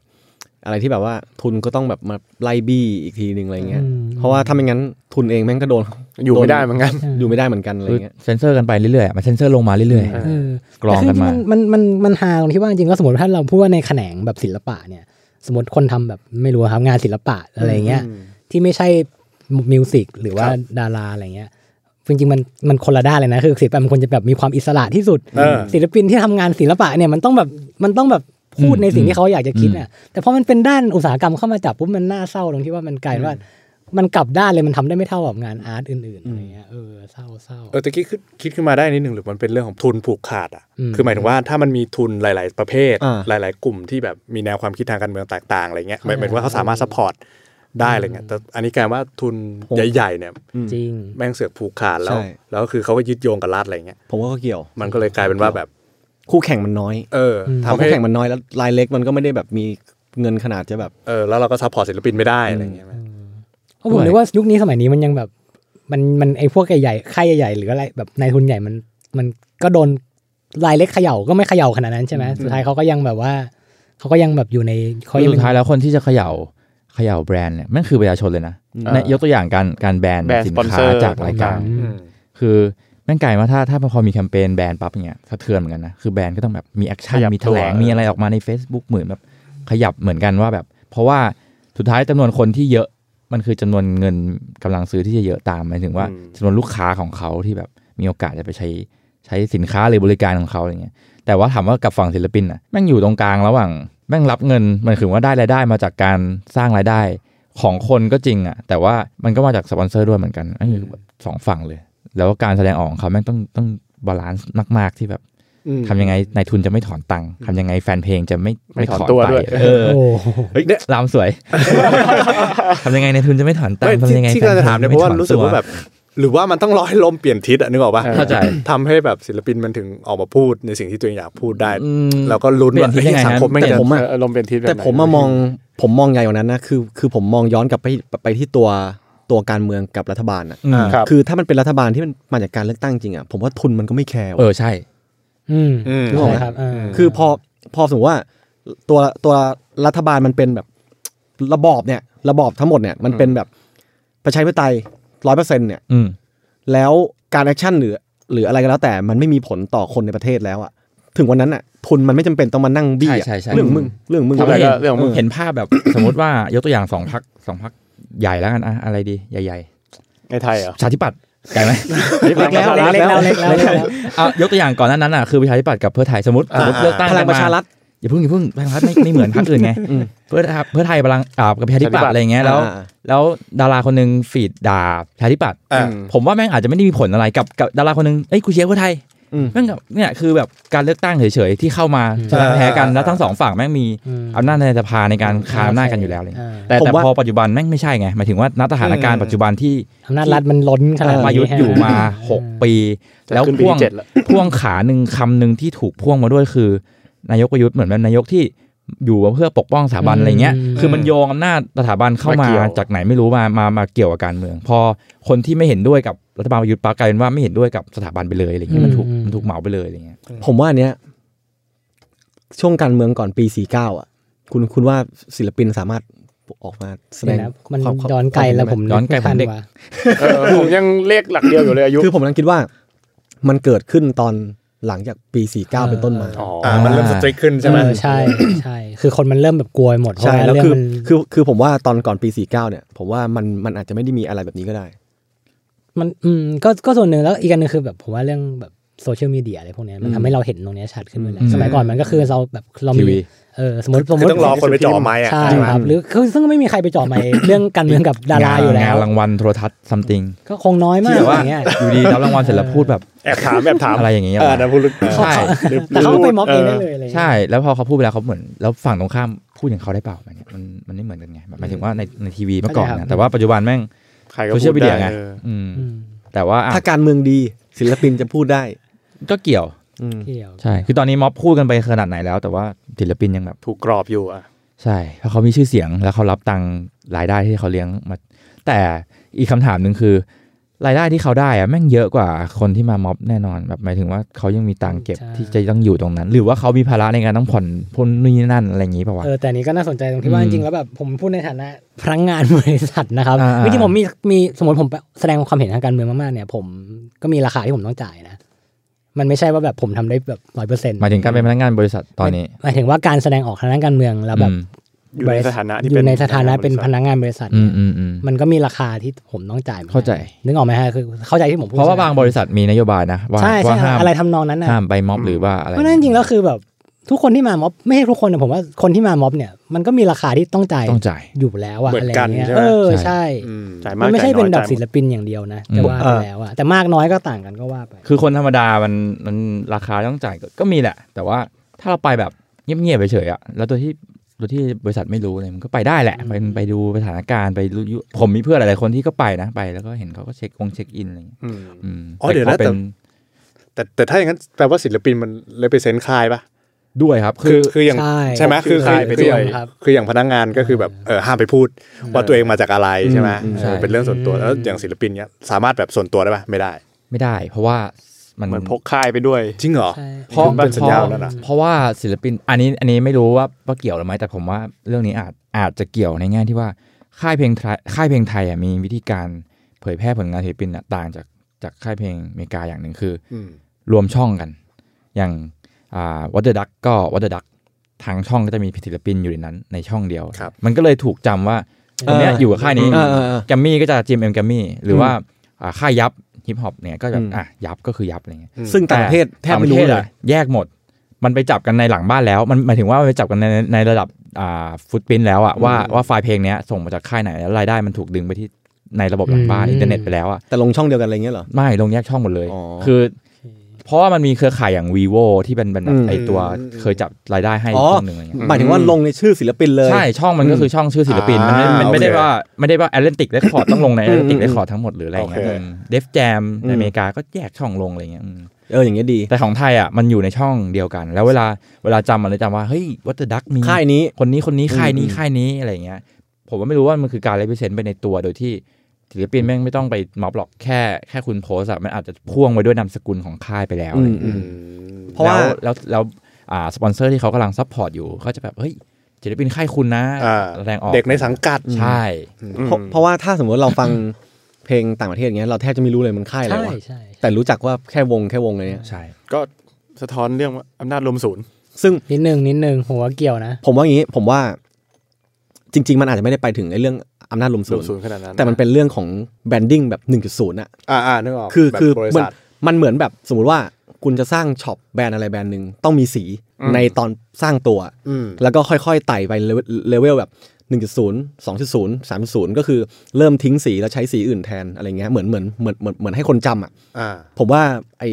อะไรที่แบบว่าทุนก็ต้องแบบมาไล่บี้อีกทีนึงอะไรเงี้ย
อืม
เพราะว่าถ้าไม่งั้นทุนเองแม่งก็โดน
อยู่ไม่ได้เหมือนกัน
อยู่ไม่ได้เหมือนกันอะไร
คือ
เงี้ย
เซ็นเซอร์กันไปเรื่อยๆอะมันเซ็นเซอร์ลงมาเรื่อย
อืม
เออ
ๆ กรองกันมา
แต่คือจริๆมันมันมันมันฮาตรงที่ว่าจริงๆก็สมมติถ้าเราพูดว่าในแขนงแบบศิลปะเนี่ย สมมติคนทำแบบไม่รู้ครับงานศิลปะอะไรเงี้ยที่ไม่ใช่มิวสิกหรือว่าดาราอะไรเงี้ยจริงๆมันมันคนละด้านเลยนะคือศิลปะมันควรจะแบบมีความอิสระที่สุด
เออ
ศิลปินที่ทำงานศิลปะเนี่ยมันต้องแบบมันต้องแบบพูดในสิ่งที่เขาอยากจะคิดน่ะแต่พอมันเป็นด้านอุตสาหกรรมเข้ามาจับปุ๊บมันน่าเศร้าตรงที่ว่ามันกลายเป็นว่า มันกลับด้านเลยมันทำได้ไม่เท่ากับงานอาร์ตอื่นๆอะไรเงี้ยเออเศร้าเศร้า
เออตะกี้คิดคิดขึ้นมาได้นิดหนึ่งหรือมันเป็นเรื่องของทุนผูกขาดอ่ะ
อืม
คือหมายถึงว่าถ้ามันมีทุนหลาย ๆ ประเภท
อ่า
หลาย ๆ กลุ่มที่แบบมีแนวความคิดทางการเมืองแตกต่างอะไรเงี้ยหมายหมายถึงว่าเขาสามารถซัพพอร์ตได้อะไรเงี้ยแต่อันนี้กลายว่าทุนใหญ่ ๆ เนี่ย
จริง
แม่งเสือกผูกขาดแล้ว
ใช่
แล้วคือเขาก็ยึดโยงกับรัฐอะไรเงี้ย
ผมว่าก็เกี่ยว
มันก็เลยกลายเป็นว่าแบบ
คู่แข่งมันน้อย
เอออ
ม
ทำ
ทำ
ให้
คู่แข่งมันน้อยแล้วรายเล็กมันก็ไม่ได้แบบมีเงินขนาดจะแบบ
เออแล้วเราก็ซัพพอร์ตศิลปินไม่ได้อะไรเงี้ยไหม
เพราะผมนึกว่ายุคนี้สมัยนี้มันยังแบบ มันมันไอ้พวกใหญ่ๆค่ายใหญ่ๆหรืออะไรแบบนายทุนใหญ่มันมันก็โดนรายเล็กเขย่าก็ไม่เขย่าขนาดนั้นใช่ไหมสุดท้ายเขาก็ยังแบบว่าเขาก็ยังแบบอยู่ในเขา
คือ
ยัง
สุ
เป็
ด
น
ท้ายแล้วคนที่จะเขย่าเขย่าแบรนด์เนี่ยแม่งคือประชาชนเลยนะในยกตัวอย่างการการแบรนด์
แบรนด์
สิน
สปอนเซ
ค้า
อร์
จากรายการ
ต่าง
อืม
คือแม่งไก่ว่าถ้าถ้าพอมีแคมเปญแบรนด์ปั๊บอย่างเงี้ยสะเทือนเหมือนกันนะคือแบรนด์ก็ต้องแบบมีแอคชั่น
ขยับ
มีแถลง
ตัว
มีอะไรออกมาใน Facebook เหมือนแบบขยับเหมือนกันว่าแบบ เพราะว่าสุดท้ายจำนวนคนที่เยอะมันคือจำนวนเงินกำลังซื้อที่จะเยอะตามหมายถึงว่าจำนวนลูกค้าของเขาที่แบบมีโอกาสจะไปใช้ใช้สินค้าหรือบริการของเขาอะไรเงี้ยแต่ว่าถามว่ากับฝั่งศิลปินอ่ะแม่งอยู่ตรงกลางระหว่างแม่งรับเงินมันคือว่าได้รายได้มาจากการสร้างรายได้ของคนก็จริงอ่ะแต่ว่ามันก็มาจากสปอนเซอร์ด้วยเหมือนกันนั่นคือแบบสองฝั่งเลย แล้วการแสดงออกของเขาแม่งต้องต้องบาลานซ์มากๆที่แบบทำยังไงนายทุนจะไม่ถอนตังค์ทำยังไงแฟนเพลงจะไม่
ไม่ถอนตัวด้วย
เออ
โอ้
เฮ้ยเนี่ย
ลามสวย ทำยังไงนายทุนจะไม่ถอนตัง
ไม่
ค์
ที่
ทำยังไง
ที่เราจะถามเนี่ยเพ
แฟ
ราะ
พล
ว่า
จไม่ถอนตั
รู้สึกว่าแบบ หรือว่ามันต้องร้อยลมเปลี่ยนทิศอะนึกออกปะ
เออ
เข้าใจ
ทำให้แบบศิลปินมันถึงออกมาพูดในสิ่งที่ตัวเองอยากพูดได้
อืม
แล้วก็ลุ้น
เปลี่ย
ว่าน
ทิศยังไง
สังคม
ฮะ
ไม่ง
แต่
จะ
ผมอะ
เอออารมณ์เป็นทิศบบไหน
แต่ผมมามองผมมองใหญ่กว่านั้นนะคือคือผมมองย้อนกลับไปไปที่ตัวตัวการเมืองกับรัฐบาลอ่ะ
อืม
ครับ
คือถ้ามันเป็นรัฐบาลที่มันมาจากการเลือกตั้งจริงอ่ะผมว่าทุนมันก็ไม่แคร์
เอ
ว่ะ
อใช่
อืม
อืม
นึกออกไหม
ใช่ครับเออ
คือพอพอสมมติว่าตัวตัวรัฐบาลมันเป็นแบบระบอบเนี่ย ระบอบทั้งหมดเนี่ยมันเป็นแบบประชาธิปไตยร้อยเปอร์เซ็นต์เนี่ย
อืม
แล้วการแอคชั่นหรือหรืออะไรก็แล้วแต่มันไม่มีผลต่อคนในประเทศแล้วอะถึงวันนั้นอะทุนมันไม่จำเป็นต้องมานั่งบี้อะ
ใช่ใช่ใช่
เรื่องมึงเรื่องมึง
ทำอะไรก็เรื่องของมึง
เห็นภาพแบบ สมมติว่ายกตัวอย่างสองพักสองพักใหญ่แล้วกันอะอะไรดีใหญ่
ในไทยเหรอ
ๆประชาธิปัตย์ไกลไหม
เล็กแล้ว
เล็กแล้วเล็กแล้วเล็กแล้ว
เอายกตัวอย่างก่อนหนั้านนั้นอ่ะคือประชาธิปัตย์กับเพื่อไทยสมมติสมมติ
อ่า
เลือกตั้ง
พลัง
กันม
ประชารัฐ
อย่าเพิ่งอย่าเพิ่งพลังประชารัฐไม่ไม่เหมือนพรรคอื่นไง
อืม
เพื่อไทยเพื่อไทยพลังอ่ากับประชาธิปัตย์อะไรอย่างเงี้ยแล้ว
อ่า
แล้วดาราคนหนึ่งฟีดด่าประชาธิปัตย์
อ่า
ผมว่าแม่งอาจจะไม่ได้มีผลอะไรกับกับดาราคนหนึ่งเอ้ยกูเชียร์เพื่อไทย
อืม
แม่งกับเนี่ยคือแบบการเลือกตั้งเฉยๆที่เข้ามา
อืม
ชนะแพ้กัน
อ่า
แล้วทั้งสองฝั่งแม่งมี
อืม
อำนาจในสภาในการคานอำนาจกันอยู่แล้วอะไรเลยแต่
ผม
แต่
ว่า
พอปัจจุบันแม่งไม่ใช่ไงหมายถึงว่าณสถานการณ์ปัจจุบันที่
อำนาจรัฐมันล้นขนาดนี้
มายุทธ์อยู่มา 6 ปี
จะ
แล้ว
ขึ้นปี
พ่ว
ที่
ง
เจ็ดแล้ว
พ่วงขาหนึ่งคำหนึ่งที่ถูกพ่วงมาด้วยคือ นายกประยุทธ์เหมือนเป็นนายกที่อยู่มาเพื่อปกป้องสถาบันอะไรเงี้ย คือมันโยงอำนาจสถาบันเข้ามา
มาเกี่ยว
จากไหนไม่รู้มามามาเกี่ยวกับการเมือง พอคนที่ไม่เห็นด้วยกับรัฐบาลประยุทธ์ปรากลายเป็นว่าไม่เห็นด้วยกับสถาบันไปเลยอะไรเงี้ยมันถูกมันถูกเหมาไปเลยอะไรเงี้ย
ผมว่าอันเนี้ยช่วงการเมืองก่อนปี 49 อ่ะ คุณคุณว่าศิลปินสามารถออกมาแสด
เดี๋ย
ง
วนะมัน
ความความ
ย้อนไกลแล้วผม
ย้อนกลับผมเด็ก
ทันว่ะ
เออผมยังเลขหลักเดียวอยู่เลยอายุ
คือผมกำลังคิดว่ามันเกิดขึ้นตอนหลังจากปี 49 เป็นต้นมา
อ๋อ
อ่ามันเริ่มสตริกขึ้นใช่ไหม
เออใช่ใช่ คือคนมันเริ่มแบบกลัวไปหมดเพราะ
ใช่
ว่า
แล้ว
เรื่อ
คือง
มัน
คือคือผมว่าตอนก่อนปี 49 เนี่ย ผมว่ามันมันอาจจะไม่ได้มีอะไรแบบนี้ก็ได้
มันอืมก็ก็ส่วนหนึ่งแล้วอีกอันหนึงคือแบบผมว่าเรื่องแบบโซเชียลมีเดียอะไรพวกเนี้ยมันทำให้เราเห็นตรงเนี้ยชัดขึ้นเลยแหละสมัยก่อนมันก็คือเราแบบเรา
ที
มี
วี
เออสมมติสมม
คือ
ติ
ต้องรอคนไปจ่อไม้อะ
ใช่
ใช่ไหม
ครับหรือคือซึ่งไม่มีใครไปเจ่อไมค์ เรื่องการเมืองกับดาราอยู่แล้
งาน
ว
รางวัลโทรทัศน์ something
ก็คงน้อยมา
ที่แบ
ก
บ
อ
ว่า
ย่างเงี้ย
อยู่ดีรับราง วัลเสร็จแล้วพูดแบบ
แอบถามแอบถาม
อะไรอย่างเงี้ย
เออนะพูดลึก
ใช่
แต่เขาก็ไปม็อบเองได้เลยอะไรอย่างเงี้ย
ใช่แล้วพอเขาพูดไปแล้วเขาเหมือนแล้วฝั่งตรงข้ามพูดอย่างเขาได้เปล่ามันมันมันไม่เหมือนกันไงหมายถึงว่าในในทีวีเมื่อก่อนนะแต่ว่าปัจจุบันแม่ง
ใครก็
โซเชียล
พู
มี
ด
เดีย
ได้
ไง
เออ
อืม
อืม
แต่ว่าอ่ะ
ถ้าการเมืองดีศิลปินจะพูดได้
ก็เกี่ยว
เกี่ยว
ใช่ คือตอนนี้ม็อบพูดกันไปขนาดไหนแล้ว แต่ว่าศิลปินยังแบบ
ถูกกรอบอยู่อ่ะ
ใช่เพราะเขามีชื่อเสียงแล้วเขารับตังค์รายได้ที่เขาเลี้ยงมา แต่อีกคำถามหนึ่งคือ รายได้ที่เขาได้อะแม่งเยอะกว่าคนที่มาม็อบแน่นอนแบบหมายถึงว่าเขายังมีตังค์เก็บที่จะต้องอยู่ตรงนั้น หรือว่าเขามีภาระในการต้องผ่อนพ้นนี่นั่นอะไรอย่างนี้ป่าวะ
เออแต่อันนี้ก็น่าสนใจตรงที่ว่า
อื
จ
ม
ริงๆแล้วแบบผมพูดในฐานะพนักงานบริษัทนะครับ
อ่าๆ
จริงๆผมมีมีสมมติผมแสดงความเห็นทางการเมืองมากๆเนี่ย ผมก็มีราคาที่ผมต้องจ่ายนะ มันไม่ใช่ว่าแบบผมทำได้แบบร้อยเปอร์เซ็นต์
หมายถึงการเป็นพนักงานบริษัทตอนนี้
หมายถึงว่าการแสดงออกทางด้านการเมืองแล้วแบบ
อืม
อยู่ในสถานะที่
อยู่ใน
เป็น
สถานะเป็น
พ
พ
นั
นั
กงาง
กานน
บบ ริ
ริ
ษั
ษั
ท
ท
อื
เนี่
ม
ย
อืมอืม
มันก็มีราคาที่ผมต้องจ่ายหมือนกัน
เข้าใจ
นึกออกไหมฮะคือเข้าใจที่ผมพูด
เพราะว่าบาง
ใช่ไหม
บริษัทมีนโยบายนะว่า
ใช่
ว่า
ใช่
ห้าม
อะไรทำนองนั้นนะ
ห้ามไปม็อบหรือว่าอะไร
เพราะฉะนั้นจริงๆแล้วคือแบบ ทุกคนที่มาม็อบไม่ใช่ทุกคนนะผมว่าคนที่มาม็อบเนี่ยมันก็มีราคาที่ต้องจ่าย
ต้องจ่าย
อยู่แล้วอะ
เหมื
อะ
อน
ไร
กัน
เงี้ย
ใช่ไหม
เออ
ใช่
ใช่
อืม
จ่าย
มั
มาก
นไม่ใช่
จ่าย
เป็น
อย
แบบ
จ่าย
ศิลปินอย่างเดียวนะจะว่าไปแล้วอะแต่มากน้อยก็ต่างกันก็ว่าไป
คือคนธรรมดามันมันราคาต้องจ่ายก็ก็มีแหละ แต่ว่าถ้าเราไปแบบเงียบๆเฉยๆอะแล้วตัวที่ตัวที่บริษัทไม่รู้เนี่ยมันก็ไปได้แหละ ไปไปดูสถานการณ์ไปรู้ยุผมมีเพื่อนหลายๆคนที่ก็ไปนะไปแล้วก็เห็นเขาก็เช็คองเช็คอินอะไรอย่างเงี้ย
อืม
อืม
อ๋อเดี๋ยวนะ
แต่ก็
แต่
เป็น
แต่แต่ถ้าอย่างนั้นแปลว่าศิลปินมันเลเปเซนต์ค่ายปะ
ด้วยครับ
คื
คืออ
คืออย่าง
ใช่
ใช่ไหมคือ
ค่าย
คือ
ไปด้
คือ
วย
อย่าง
ครับ
คืออย่างพนักงานก็คือแบบเออห้ามไปพูดว่าตัวเองมาจากอะไรใช่ไหม
อืมใช่
เออเป็นเรื่องส่วนตัวแล้วอย่างศิลปินเนี้ยสามารถแบบส่วนตัวได้ปะไม่ได้
ไม่ได้ เพราะว่ามัน
เหมือนพกค่ายไปด้วย
จริงเหรอ
ใช่
เพราะ
เป็นสัญญา
เพระ
แล้วนะ
เพราะว่าศิลปินอันนี้อันนี้ไม่รู้ว่าว่าเกี่ยวหรือไม่แต่ผมว่าเรื่องนี้อาจอาจจะเกี่ยวในแง่ที่ว่าค่ายเพลงไทยค่ายเพลงไทยอะมีวิธีการเผยแพร่ผลงานศิลปินอะต่างจากจากค่ายเพลงอเมริกาอย่างหนึ่งคือ
อืม
รวมช่องกัน อย่างวัตเดอร์ดักก็วัตเดอร์ดักทางช่องก็จะมีศิลปินอยู่ในนั้นในช่องเดียว
ครับ
มันก็เลยถูกจำว่าคนเนี้ยอยู่กับค่ายนี้
เออเออเออ
แกมมี่ก็จะจิมเอ็มแกมมี่หรือว่าอ่าค่ายยับฮิปฮอปเนี่ยก็จะ
อืม
อ่ะยับก็คือยับอะไรเงี้ย
ซึ่งต่างประเทศแทบไม่รู้เล
ต่าง
ย
ปะทศอะแยกหมด มันไปจับกันในหลังบ้านแล้ว มันหมายถึงว่ามันไปจับกันในในระดับอ่าฟุตปรินแล้วอะว่าว่าไฟล์เพลงเนี้ยส่งมาจากค่ายไหนแล้วรายได้มันถูกดึงไปที่ในระบบหลังบ้าน
อืม
อินเทอร์เน็ตไปแล้วอะ
แต่ลงช่องเดียวกันอะไรเงี้ยเหรอ
ไม่ลงแยกช่องหมดเลย
อ๋อ
คือ เพราะว่ามันมีเครือข่ายอย่าง vivo ที่เป็นเป็นแบ
อื
บ
ม
ไอตัว
อืม
เคยจับรายได้ให้
อ๋อ
ช่องหนึ่งอะไรเงี้ย
หมายถึงว่าลงในชื่อศิลปินเลย
ใช่ช่องมันก็คือช่องชื่อศิลปินมันไม่
อ่า
มันไม่ได้
โอเค
ว่าไม่ได้ว่าแอตแลนติกเรคคอร์ดต้องลงในแอตแลนติ
อื
ก
ม
เรคคอร์ดทั้งหมดหรืออะไรเงี้ย
โอเค
เดฟแจมใน
อืม
อเมริกาก็แยกช่องลงอะไรเงี้ยอืม
เอออย่างเงี้ยดี
แต่ของไทยอ่ะมันอยู่ในช่องเดียวกัน แล้วเวลาเวลาจำมันเลยจำว่า เฮ้ยวัตดักมี
ค่ายนี้
คนนี้คนนี้ค่ายนี้
อืม
ค่ายนี้อะไรอย่างเงี้ย ผมว่าไม่รู้ว่ามันคือการเล p ิเซนต์ไปในตัวโดยที่ศิลปินแม่งไม่ต้องไปม็อบหรอกแค่แค่คุณโพสอะมันอาจจะพ่วงไปด้วยนามสกุลของค่ายไปแล้ว
อื
อะไร
ม
เงี้ย
อืม
แล้
เพราะว่า
แล้วแล้วอ่าสปอนเซอร์ที่เขากำลังซัพพอร์ตอยู่เขาจะแบบเฮ้ยศิลปินค่ายคุณนะ
อ่า
แสดงออก
เด็กในสังกัด
ใช่
เพราะเพราะว่าถ้าสมมติเราฟังเพลงต่างประเทศเงี้ยเราแทบจะไม่รู้เลยมันค่ายอะไร
ใช่
วะ
ใช่
แต่รู้จักว่าแค่วงแค่วงอะไรเนี้ย
ใช่
ก็สะท้อนเรื่องอำนาจรวมศูนย์
ซึ่ง
นิดนึงนิดนึงหัวเกี่ยวนะ
ผมว่าอย่างนี้ผมว่าจริง ๆ มันอาจจะไม่ได้ไปถึงในเรื่องอำนาจลม
ร
ศู
วม
นย์
ศูนย์ขนาดนั้น
แต่มันเป็นเรื่องของแบรนดิ้งแบบ 1.0น่ะ
อ่าอ่านึกออก
คือ
แบบ
คือบ
ริ
มัน
ษัท
มันเหมือนแบบสมมติว่าคุณจะสร้างช็อปแบรนด์อะไรแบรนด์หนึ่งต้องมีสี
อืม
ในตอนสร้างตัว
อืม
แล้วก็ค่อยๆไต่ไปเลเวลเลเวลแบบ 1.0 2.0 3.0 ก็คือเริ่มทิ้งสีแล้วใช้สีอื่นแทนอะไรเงี้ยเหมือนเหมือนเหมือนเหมือนเหมือนให้คนจำอ่ะ
อ่า
ผมว่าไอ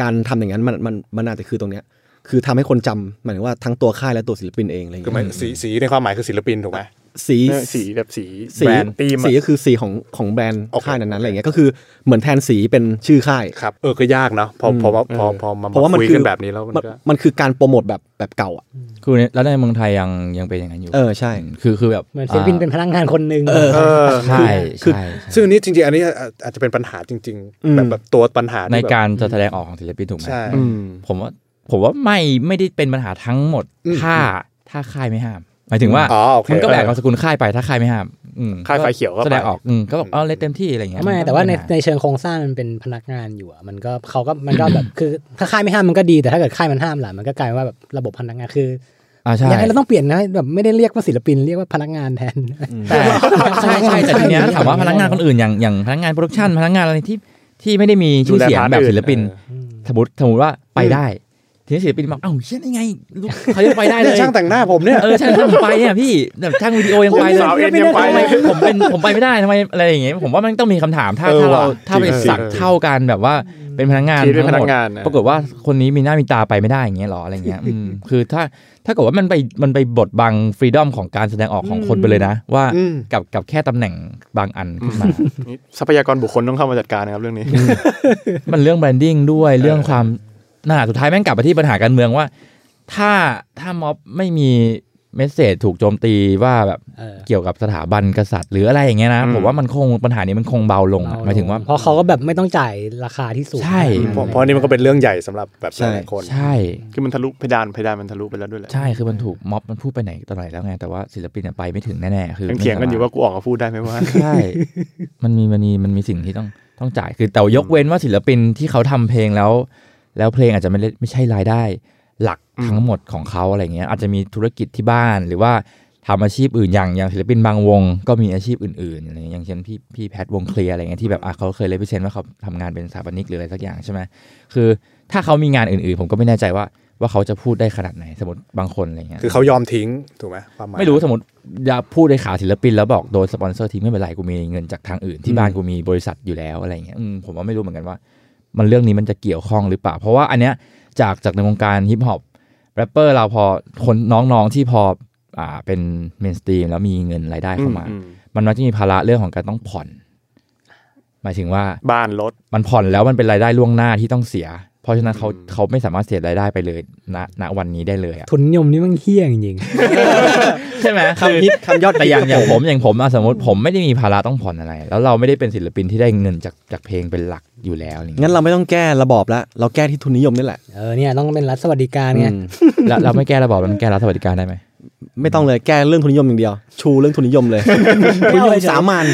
การทำอย่างนั้นมันมันมันอาจจะคือตรงเนี้ยคือทำให้คนจำหมายถึงว่าทั้งตัวค่ายและตัวศิลปินเองอะไร
คือ
เงี้
หมาย
ย
สีสีในความหมาย คือศิลปินถูกไหม
สี
เออสีแบบสี
สี
แบรนด์ตีมอะ
สีก็คือสีของของแบรนด์
โอเค
ค่ายนั้นๆอะไรเงี้ยก็คือเหมือนแทนสีเป็นชื่อค่าย
ครับ เออ ก็ยากเนาะ พอ
อืม
พอมาพอพอมา
เพราะว่ามัน
คุย
คื
กั
อน
แบบนี้แล้วมัน
มัน
ก็
มันคือการโปรโมทแบบแบบเก่าอ่ะ
คือในแล้วในเมืองไทยยังยังเป็นอย่างนั้นอยู่
เออใช่
คือคือแบบ
เหมือนศิลปินเป็นพนักงานคนหนึ่ง
เออ
ใช่
คือ
ใช่
ซึ่งอันนี้จริง ๆ อันนี้อาอาจจะเป็นปัญหาจริง
อืม
ๆแบบแบบตัวปัญหา
ใน
ที่แบบ
การจะแสดงออกของศิลปินถูกไหม
ใช่
อืม
ผมว่าผมว่าไม่ไม่ได้เป็นปัญหาทั้งหมด
อืม
ถ้าถ้าค่ายไม่ห้าม หมายถึงว่า
อ๋อโอเค
มันก็แบกนาม
เออ
สกุลค่ายไปถ้าค่ายไม่ห้ามอืม
ค่ายไฟเขียวก็ไป
แสดงออกอืมก็บอกเอาเลยเต็มที่อะไรเงี้ย
ไม่
นก็
แต่ว่าใน
ปัญห
ในเชิงโครงสร้างมันเป็นพนักงานอยู่อะมันก็เขาก็มันก็แบบ คือถ้าค่ายไม่ห้ามมันก็ดีแต่ถ้าเกิดค่ายมันห้ามล่ะมันก็กลายเป็นว่าแบบระบบพนักงานคือ
อ่า
อ
ใช่
ยังไงเราต้องเปลี่ยนนะแบบไม่ได้เรียกว่าศิลปินเรียกว่าพนักงานแทน
แต่ใช่ใช่แต่ทีเนี้ยถามว่าพนักงานคนอื่นอย่างอย่างพนักงานโปรดักชันพนักงานอะไรที่ที่ไม่ได้มีชื่อเสียงแบบศิลปิน สมมติสมมติว่าไปได้ทีนี้ศิลปินบอกเอ้าเช่นยังไงลูกเขาจะไปได้เล
เนี่ย ยช่างแต่งหน้าผมเนี่ย
เออช่างทำไปเนี่ยพี่แบบช่างวิดีโอยังไปเลย
สาวเอ็นยังไปเลย
ผมเป็นผมไปไม่ได้ทำไมอะไรอย่างเงี้ยผมว่ามันต้องมีคำถามถ้า
เออ
ถ้าเรา
ว่ะ
ถ้าไป
จริง
สัก
จริง
เท่ากันแบบว่าเป็นพนักงาน
คิดเป็น
ทั้งหม
พนัก
ด
งานนะ
ปรากฏว่าคนนี้มีหน้ามีตาไปไม่ได้อย่างเงี้ยหรออะไรเงี้ยอืมคือถ้าถ้าเกิดว่ามันไปมันไปบดบังฟรีดอมของการแสดงออกของคนไปเลยนะ ว่า
อืม
กับกับแค่ตำแหน่งบางอันขึ้นมา
นี่ทรัพยากรบุคคลต้องเข้ามาจัดการนะครับเรื่องนี้
มันเรื่องแบรนดิ้งด้วยเรื่องความน่าสุดท้ายแม่งกลับมาที่ปัญหาการเมืองว่า ถ้าถ้าม็อบไม่มีเมสเซจถูกโจมตีว่าแบบ
เออ
เกี่ยวกับสถาบันกษัตริย์ หรืออะไรอย่างเงี้ยนะ
อืม
ผมว่ามันคงปัญหานี้มันคงเบาลงอะหมายถึงว่า
เพราะเขาก็แบบไม่ต้องจ่ายราคาที่สูง
ใช่
เพราะเพราะนี่มันก็เป็นเรื่องใหญ่สำหรับแบบห
ใช่
ลายๆคน
ใช่
คือมันทะลุเพดานเพดานมันทะลุไปแล้วด้วยแหละ
ใช่คือมันถูกม็อบมันพูดไปไหนต่อไหนแล้วไง แต่ว่าศิลปินอะไปไม่ถึงแน่ๆคือ
ยัง
ไม่
เถียงกันอยู่
สมรถ
ว่ากูออกมาพูดได้ไหม ว่า
ใช่ มันมีมันมีมันมีสิ่งที่ต้องต้องจ่ายคือแต่ยกเว้นว่าศิลปินที่เขาทำเพลงแล้ว แล้วเพลงอาจจะไม่ได้ไม่ใช่รายได้ หลัก
อืม
ทั้งหมดของเขาอะไรเงี้ยอาจจะมีธุรกิจที่บ้านหรือว่าทำอาชีพอื่นอย่างอย่างศิลปินบางวง ก็มีอาชีพอื่นๆอะไรเงี้ยอย่างเช่นพี่พี่แพทวงเคลียร์อะไรเงี้ยที่แบบอ่ะเขาเคยเลพิเซนว่าเขาทำงานเป็นสถาปนิกหรืออะไรสักอย่างใช่ไหมคือถ้าเขามีงานอื่นๆ ผมก็ไม่แน่ใจว่า ว่าเขาจะพูดได้ขนาดไหนสมมติบางคนอะไรเงี้ย
คือเขายอมทิ้งถูกไหมความหมาย
ไม่รู้สมมติอยากพูดในขาศิลปินแล้วบอกโดนสปอนเซอร์ทิ้งไม่เป็นไรกูมีเงินจากทางอื่นที่บ้านกูมีบริษัทอยู่แล้วอะไรเงี้ยอืมผมว่าไม่รู้เหมือนกันว่า มันเรื่องนี้มันจะเกี่ยวข้องหรือเปล่า เพราะว่าอันเนี้ยจากจากในวงการฮิปฮอปแรปเปอร์เราพอคนน้องๆที่พออ่าเป็นเมนสตรีมแล้วมีเงินรายได้เข้ามา
อืม
มันมักจะมีภาระเรื่องของการต้องผ่อน หมายถึงว่า
บ้านรถ
มันผ่อนแล้วมันเป็นรายได้ล่วงหน้าที่ต้องเสีย เพราะฉะนั้นเขา
อืม
เขาไม่สามารถเสียรายได้ไปเลยณณวันนี้ได้เลยอะ
ทุนนิยมนี่มันเฮี้ยจริง
ใช่ไหม
คำฮิตคำยอด
แต่อย่างอย่างผมอย่างผมอะสมมติผมไม่ได้มีภาระต้องผ่อนอะไร แล้วเราไม่ได้เป็นศิลปินที่ได้เงินจากจากเพลงเป็นหลักอยู่แล้วอะไรเงี้ย
งั้นเราไม่ต้องแก้ระบอบละเราแก้ที่ทุนนิยมนี่แหละ
ๆเออเนี่ยต้องเป็นรัฐสวัสดิการไง
อืม
แล้วเราไม่แก้ระบอบมันแก้รัฐสวัสดิการได้ไหม
ไม่ต้องเลยแก้เรื่องทุนนิยมอย่างเดียว ชูเรื่องทุนนิยมเลย ทุนนิยมสามัญ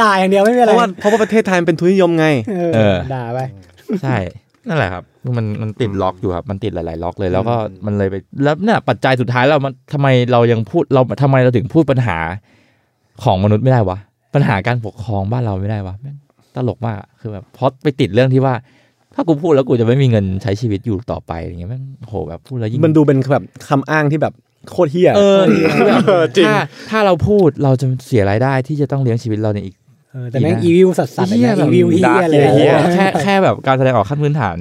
ด่าอย่างเดียวไม่เป็น
เพ
ไร
ราะว่าเพราะว่าประเทศไทยมันเป็นทุนนิยมไง
เออด่าไป
ใช่ นั่นแหละครับ มันมันติดล็อกอยู่ครับมันติดหลายๆล็อกเลย แล้วก็มันเลยไปแล้วเนี่ยปัจจัยสุดท้ายเรามันทำไมเรายังพูดเราทำไมเราถึงพูดปัญหาของมนุษย์ไม่ได้วะปัญหาการปกครองบ้านเราไม่ได้วะแม่งตลกมากอะคือแบบเพราะไปติดเรื่องที่ว่า ถ้ากูพูดแล้วกูจะไม่มีเงินใช้ชีวิตอยู่ต่อไปอย่างเงี้ยแม่งโหแบบพูดแล้วยิ่ง
มันดูเป็นแบบคำอ้างที่แบบโคตรเฮี้ย
เออ
เออจริง
ถ้าถ้าเราพูดเราจะเสียรายได้ที่จะต้องเลี้ยงชีวิตเราในอีก
เออแต่แม่งอีวิวสัสๆเลยนะอีวิวเฮี้ยเลย
เหี้ย
แค่แค่แบบการแสดงออกขั้นพื้นฐาน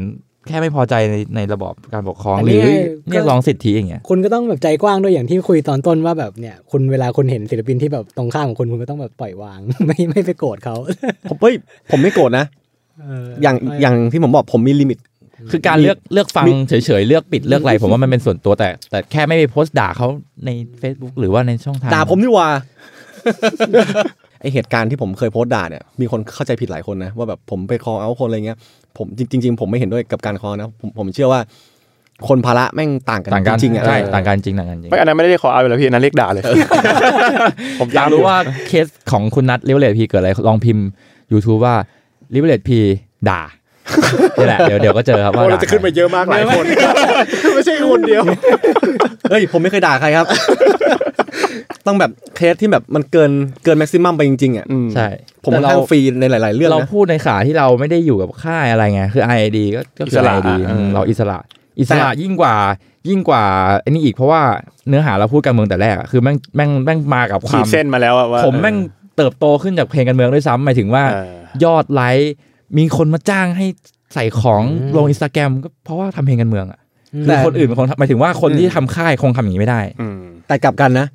แค่ไม่พอใจในในระบอบการปกครอง
อัน
ห
นี้
รือ
ไง
เรียกร้องสิทธิอย่างเงี้ย
คุณก็ต้องแบบใจกว้างด้วยอย่างที่คุยตอนต้นว่าแบบเนี่ยคุณเวลาคุณเห็นศิลปินที่แบบตรงข้ามของคุณคุณก็ต้องแบบปล่อยวาง ไม่ไม่ไปโกรธเขา
ผมเฮ้ยผมไม่โกรธนะ
เอ
อย่าง
ไม่
อย่างที่ผมบอกผมมีลิมิต
คือการเลือกเลือกฟังเฉยๆ เลือกปิดเลือกอะไร ผมว่ามันเป็นส่วนตัวแต่ แต่แค่ไม่ไปโพสต์ด่าเขาใน Facebook หรือว่าในช่องทาง
ด่าผมนี่หว่า ไอเหตุการณ์ที่ผมเคยโพสต์ด่าเนี่ยมีคนเข้าใจผิดหลายคนนะว่าแบบผมไปคอเอาคนอะไรเงี้ยผมจริงจริง ๆ ผมไม่เห็นด้วยกับการคอนะผมผมเชื่อว่า คนภาระแม่งต่างกัน
ต่างกัน
จริงๆอ่ะ
ใช่
เออ
ต่างกันจริงต่างกันจริง
ไม่อันนั้นไม่ได้ขอเอาอยู่แล้วพี่อันนั้นเรียกด่าเลย ผมตาย
อามก
รู้
รู้
ว่า
ว่าเคสของคุณนัทลิเวอร์เลตพีเกิดอะไรลองพิมพ์ YouTube ว่าลิเวอร์เลตพีด่านี่แหละเดี๋ยวเดี๋ยวก็เจอครับ
โอ้
ว่า
เรา
ด่า
จะขึ้นไปเยอะมากหลายคน ไม่ใช่คนเดียว
เอ้ยผมไม่เคยด่าใครครับ ต้องแบบเคสที่แบบมันเกินเกินแม็กซิมัมไปจริงๆอ่ะ
ใช่
ผม
แต่
ค่อน
เรา
ข้างฟรีในหลาย ๆ เรื่อง
เรา
นะ
พูดในขาที่เราไม่ได้อยู่กับค่ายอะไรไง คือ IID ก็ก็
อิ
คือ
ส
อ
ระ
IID
เออ
เราอิสระ อิสระ
แต่
ยิ่งกว่ายิ่งกว่าอันนี้อีกเพราะว่าเนื้อหาเราพูดการเมืองแต่แรกอะคือแม่งแม่งแม่งมากับค
ขี
วา
ด
ม
เส้นมาแล้วอะว่า
ผมแม่งเติบโตขึ้นจากเพลงการเมืองด้วยซ้ำหมายถึงว่า
เออย
อดไลค์มีคนมาจ้างให้ใส่ของลงอินสตาแกรมก็เพราะว่าทำเพลงการเมืองอ่ะคือคนอื่นคงทำหมายถึงว่าคนที่ทำค่ายคงทำอย่างนี้ไม่ได้
อืม
แต่กลับกันนะ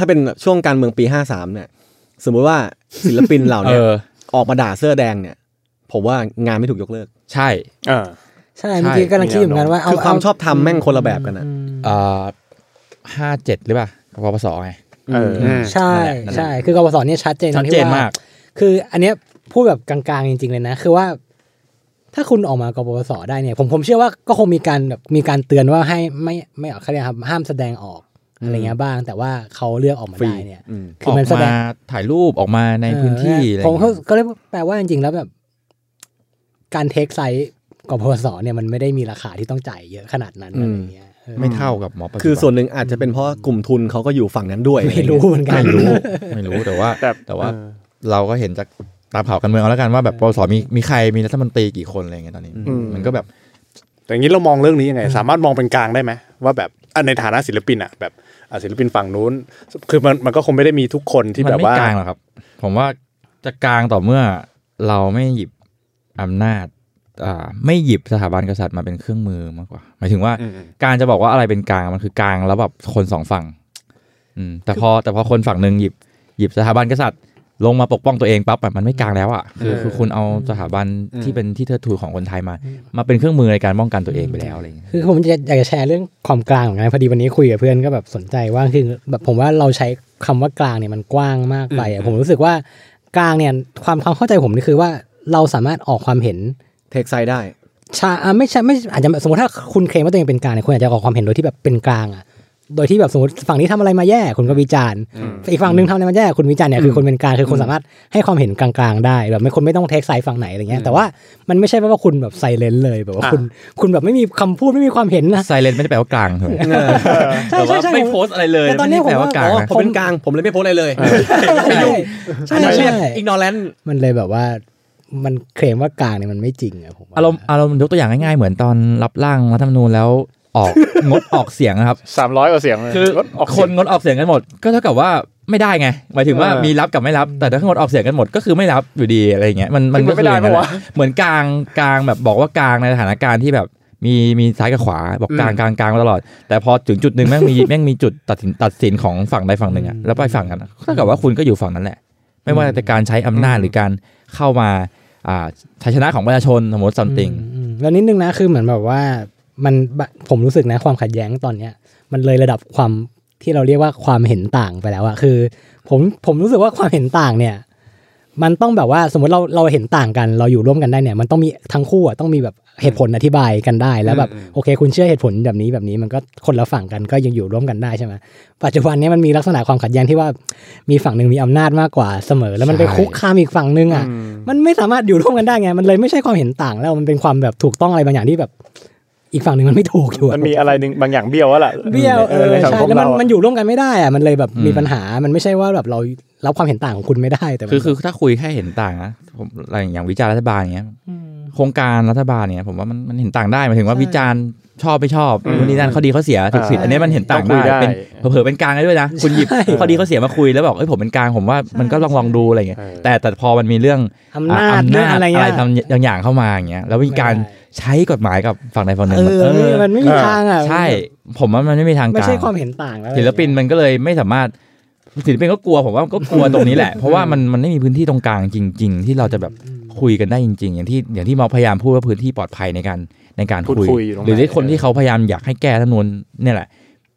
ถ้าเป็นช่วงการเมืองปี 53 เนี่ย สมมุติว่าศิลปินเหล่า
เอ
เนี้ย
อ
ออกมาด่าเสื้อแดงเนี่ย ผมว่างานไม่ถูกยกเลิก
ใช่
เออ
ใช่เมื่อกี้กำลังคิดอยู่เหมือนกันว่าเอา
คือความ
เ
ชอบธรรมแม่งคนละแบบกันนะ
เอ่อห้าเจ็ดหรือเปล่าปปสไง
เออ
ใช่ใช่คือกบสเนี่ยชัดเจนตร
ชัด
งที่
เจน
ว่
มาก
คืออันเนี้ยพูดแบบกลางๆจริงๆเลยนะ คือว่า ถ้าคุณออกมากบพศได้เนี่ย ผมผมเชื่อว่าก็คงมีการแบบมีการเตือนว่าให้ไม่ไม่ออกเขาเรียกครับห้ามแสดงออกอะไรเงี้ยบ้าง แต่ว่าเขาเลือกออกมา
ฟรี
ได้เนี่ย
อืม
คือมันแสด
อ
ง
อกมาถ่ายรูปออกมาในพื้นที่
เออ
อะไร
ผม
เงี้ย
ก็เลยแปลว่าจริงๆแล้วแบบ การเทคไซส์กบพศเนี่ยมันไม่ได้มีราคาที่ต้องจ่ายเยอะขนาดนั้น
อืม
อะไรเงี้ยเออ
ไม่เท่ากับหมอปัจจุบั
คือส่วนหนึ่งอาจจะเป็นเพราะกลุ่มทุนเขาก็อยู่ฝั่งนั้นด้วย
ไม่รู้เหมือนกัน
ไม่รู้ ไม่รู้แต่ว่า
แต่
แต่ว่า
เออ
เราก็เห็นจากตามข่าวกันเมืองเอาแล้วกันว่าแบบปสมีมีใครมีรัฐมนตรีกี่คนอะไรเงี้ยตอนนี้
อืม
มันก็แบบ
แต่อย่างนี้เรามองเรื่องนี้ยังไง สามารถมองเป็นกลางได้ไหมว่าแบบอ่ะในฐานะศิลปินอะแบบอ่ะศิลปินฝั่งนู้น คือมันมันก็คงไม่ได้มีทุกคนที่
มัน
แบบ
ไม่
ว่าก
ลางหรอกครับ ผมว่าจะกลางต่อเมื่อเราไม่หยิบอำนาจอ่าไม่หยิบสถาบันกษัตริย์มาเป็นเครื่องมือมากกว่า หมายถึงว่า
อืมอืม
การจะบอกว่าอะไรเป็นกลางมันคือกลางแล้วแบบคนสองฝั่ง อืม แต่พอแต่พอคนฝั่งหนึ่งหยิบหยิบสถาบันกษัตริย์ ลงมาปกป้องตัวเองปั๊บอะมันไม่กลางแล้วอ่ะคือคือคุณเอาสถาบันที่เป็นที่เทิดทูนของคนไทยมา มาเป็นเครื่องมือในการป้องกันตัวเองไปแล้วอะไรอย่างเงี้ย
คือผมจะอยากจะแชร์เรื่องความกลางเหมือนกันพอดีวันนี้คุยกับเพื่อนก็แบบสนใจว่าคือแบบผมว่าเราใช้คำว่ากลางเนี่ยมันกว้างมากไปอะผมรู้สึกว่ากลางเนี่ยความความเข้าใจผมนี่คือว่าเราสามารถออกความเห็น
เทคไซด์ได้
ชาอ่ะไม่ใช่ไม่อาจจะสมมติถ้าคุณเคลมว่าตัวเองเป็นกลางเนี่ยคุณอาจจะออกความเห็นโดยที่แบบเป็นกลางอ่ะโดยที่แบบสมมติฝั่งนี้ทำอะไรมาแย่คุณก็วิจารณ์อีกฝั่งหนึงทำอะไรมาแย่คุณวิจารณ์เนี่ยคือคนเป็นกลางคือคนสามารถให้ความเห็นกลางๆได้แบบไม่คนไม่ต้องเทคไซด์ฝั่งไหนอะไรเงี้ยแต่ว่ามันไม่ใช่ว่าคุณแบบไซเลนเลยแบบว่าคุณคุณแบบไม่มีคำพูดไม่มีความเห็นนะ
ไซเลนไม่ได้แปลว่ากลางถูกไหม
ใช่ใช่
แต่ว่า
ใช่
ไม่
ผม
โพสต์อะไรเลย
แต่ตอนเนี้ย
ไได้แปลว่ากลางนะ
ผมว่า
ผมเป็นกลางผมเลยไม่โพสต์อะไรเลย
ใช่ใช่ใช่
อิกนอแลนด์
มันเลยแบบว่า มันเคลมว่ากลางเนี่ยมันไม่จริงอะผมว่
อารมณ์อารมณ์ยกตัวอย่างง่ายๆเหมือนตอนรับร่างรัฐธรรมนูญแล้วอ ออก งดออกเสียงนะครับ
สามร้อยกว่าเสียงเลย
คือ
ลดออก
ค
เสีย
น
ง
งดออกเสียงกันหมด ก็เท่ากับว่าไม่ได้ไงหมายถึงว่า
เออ
มีรับกับไม่รับ แต่ถ้างดออกเสียงกันหมดก็คือไม่รับอยู่ดีอะไรอย่างเงี้ยมันมัน
ซึ่งมั
ก็
นไม่
คือ
ได้
อย่างนั้นแห
ปะ
ละ
วะ
เหมือนกลางกลางแบบบอกว่ากลางในสถานการณ์ที่แบบมีมีซ้ายกับขวาบอกกลาง
อืม
กลางกลางมาตลอด แต่พอถึงจุดหนึ่งแม่งมี แม่งมีจุดตัดสินตัดสินของฝั่งใดฝั่งหนึ่งอะแล้วไปฝั่งกันอะเท่ากับว่าคุณก็อยู่ฝั่งนั้นแหละ ไม่ว่าจะการใช้อำนาจหรือการเข้ามาอ่าชัยชนะของประชาชนสมมติ something
อืมแล้วนิดนึงนะคือเหมือนแบบว่ามันบะผมรู้สึกนะความขัดแย้งตอนเนี้ย มันเลยระดับความที่เราเรียกว่าความเห็นต่างไปแล้วอะคือ ผมผมรู้สึกว่าความเห็นต่างเนี่ย มันต้องแบบว่าสมมติเราเราเห็นต่างกัน เราอยู่ร่วมกันได้เนี่ย มันต้องมีทั้งคู่อะต้องมีแบบเหตุผลอธิบายกันได้ แล้วแบบ
อืมอืม
โอเค คุณเชื่อเหตุผลแบบนี้แบบนี้มันก็คนละฝั่งกันก็ยังอยู่ร่วมกันได้ใช่ไหมปัจจุบันเนี้มันมีลักษณะความขัดแย้งที่ว่ามีฝั่งหนึ่งมีอำนาจมากกว่าเสมอ แล้วมันไป
ใช่
คุกคามอีกฝั่งหนึ่งอะ มันไม่สามารถอยู่ร่วมกันได้ไง มันเลยไม่ใช่ความเห็นต่างแล้ว มันเป็นความแบบถูกต้องอะไรบางอย่างที่แบบ อีกฝั่งหนึ่งมันไม่ถูกอยู่อะ
มันมีอะไรหนึ่งบางอย่างเบี้ยวแล้วล่ะ
เบี้ยวเออ
ในสัง
ใช่
คม
แล้วมั
เรา
น
อะ
มันอยู่ร่วมกันไม่ได้อะมันเลยแบบ
อืม
มีปัญหา มันไม่ใช่ว่าแบบเรารับความเห็นต่างของคุณไม่ได้แต่มัน
คือคือถ้าคุยแค่เห็นต่างนะผมอะไรอย่างวิจารณ์รัฐบาลอย่างเงี้ยโครงการรัฐบาลเนี่ยผมว่ามันมันเห็นต่างได้หมายถึงว่าวิจารณ์ชอบไม่ชอบ
อืม
นู่นนี่นั่นข้อดีข้อเสียถูกผิด
อ่า
อันเนี้ยมันเห็นต่าง
ต้องคุย
ได้
ได้
เป็นเผลอๆเป็นกลางได้ด้วยนะคุณหยิบข้อดีข้อเสียมาคุยแล้วบอกเอ้ยผมเป็นกลางผมว่ามันก็ลองลองดูอะไรอย่างเงี้ย
เออ
แต่แต่พอมันมีเรื่อง
อำนาจเรื่องอะไร
อะ
เงี้
ไร
ย
ทำอย่างอย่างเข้ามาอย่างเงี้ยแล้วมีการ
ไม่ได้
ใช้กฎหมายกับฝั่งใดฝั่งหนึ่
เอง
มัน
อมันไม่มีทางอะ
ใช่ ผมว่ามันไม่มีทาง
ไม่
กลา
ใช่
ง
ความเห็นต่างแล้ว
ศิลปินมันก็เลยไม่สามารถศิลปินก็กลัวผมว่าก็กลัวตรงนี้แหละ เพราะว่ามันมันไม่มีพื้นที่ตรงกลางจริง ๆ ที่เราจะแบบคุยกันได้จริง ๆ อย่างที่อย่างที่หมอพยายามพูดว่าพื้นที่ปลอดภัยในการในการ
พูด
คุ
คุยอยู่ตรง
ห
ไหน
รือที่คนที่เขาพยายามอยากให้แก้รัฐธรรมนูนเนี่ยแหละ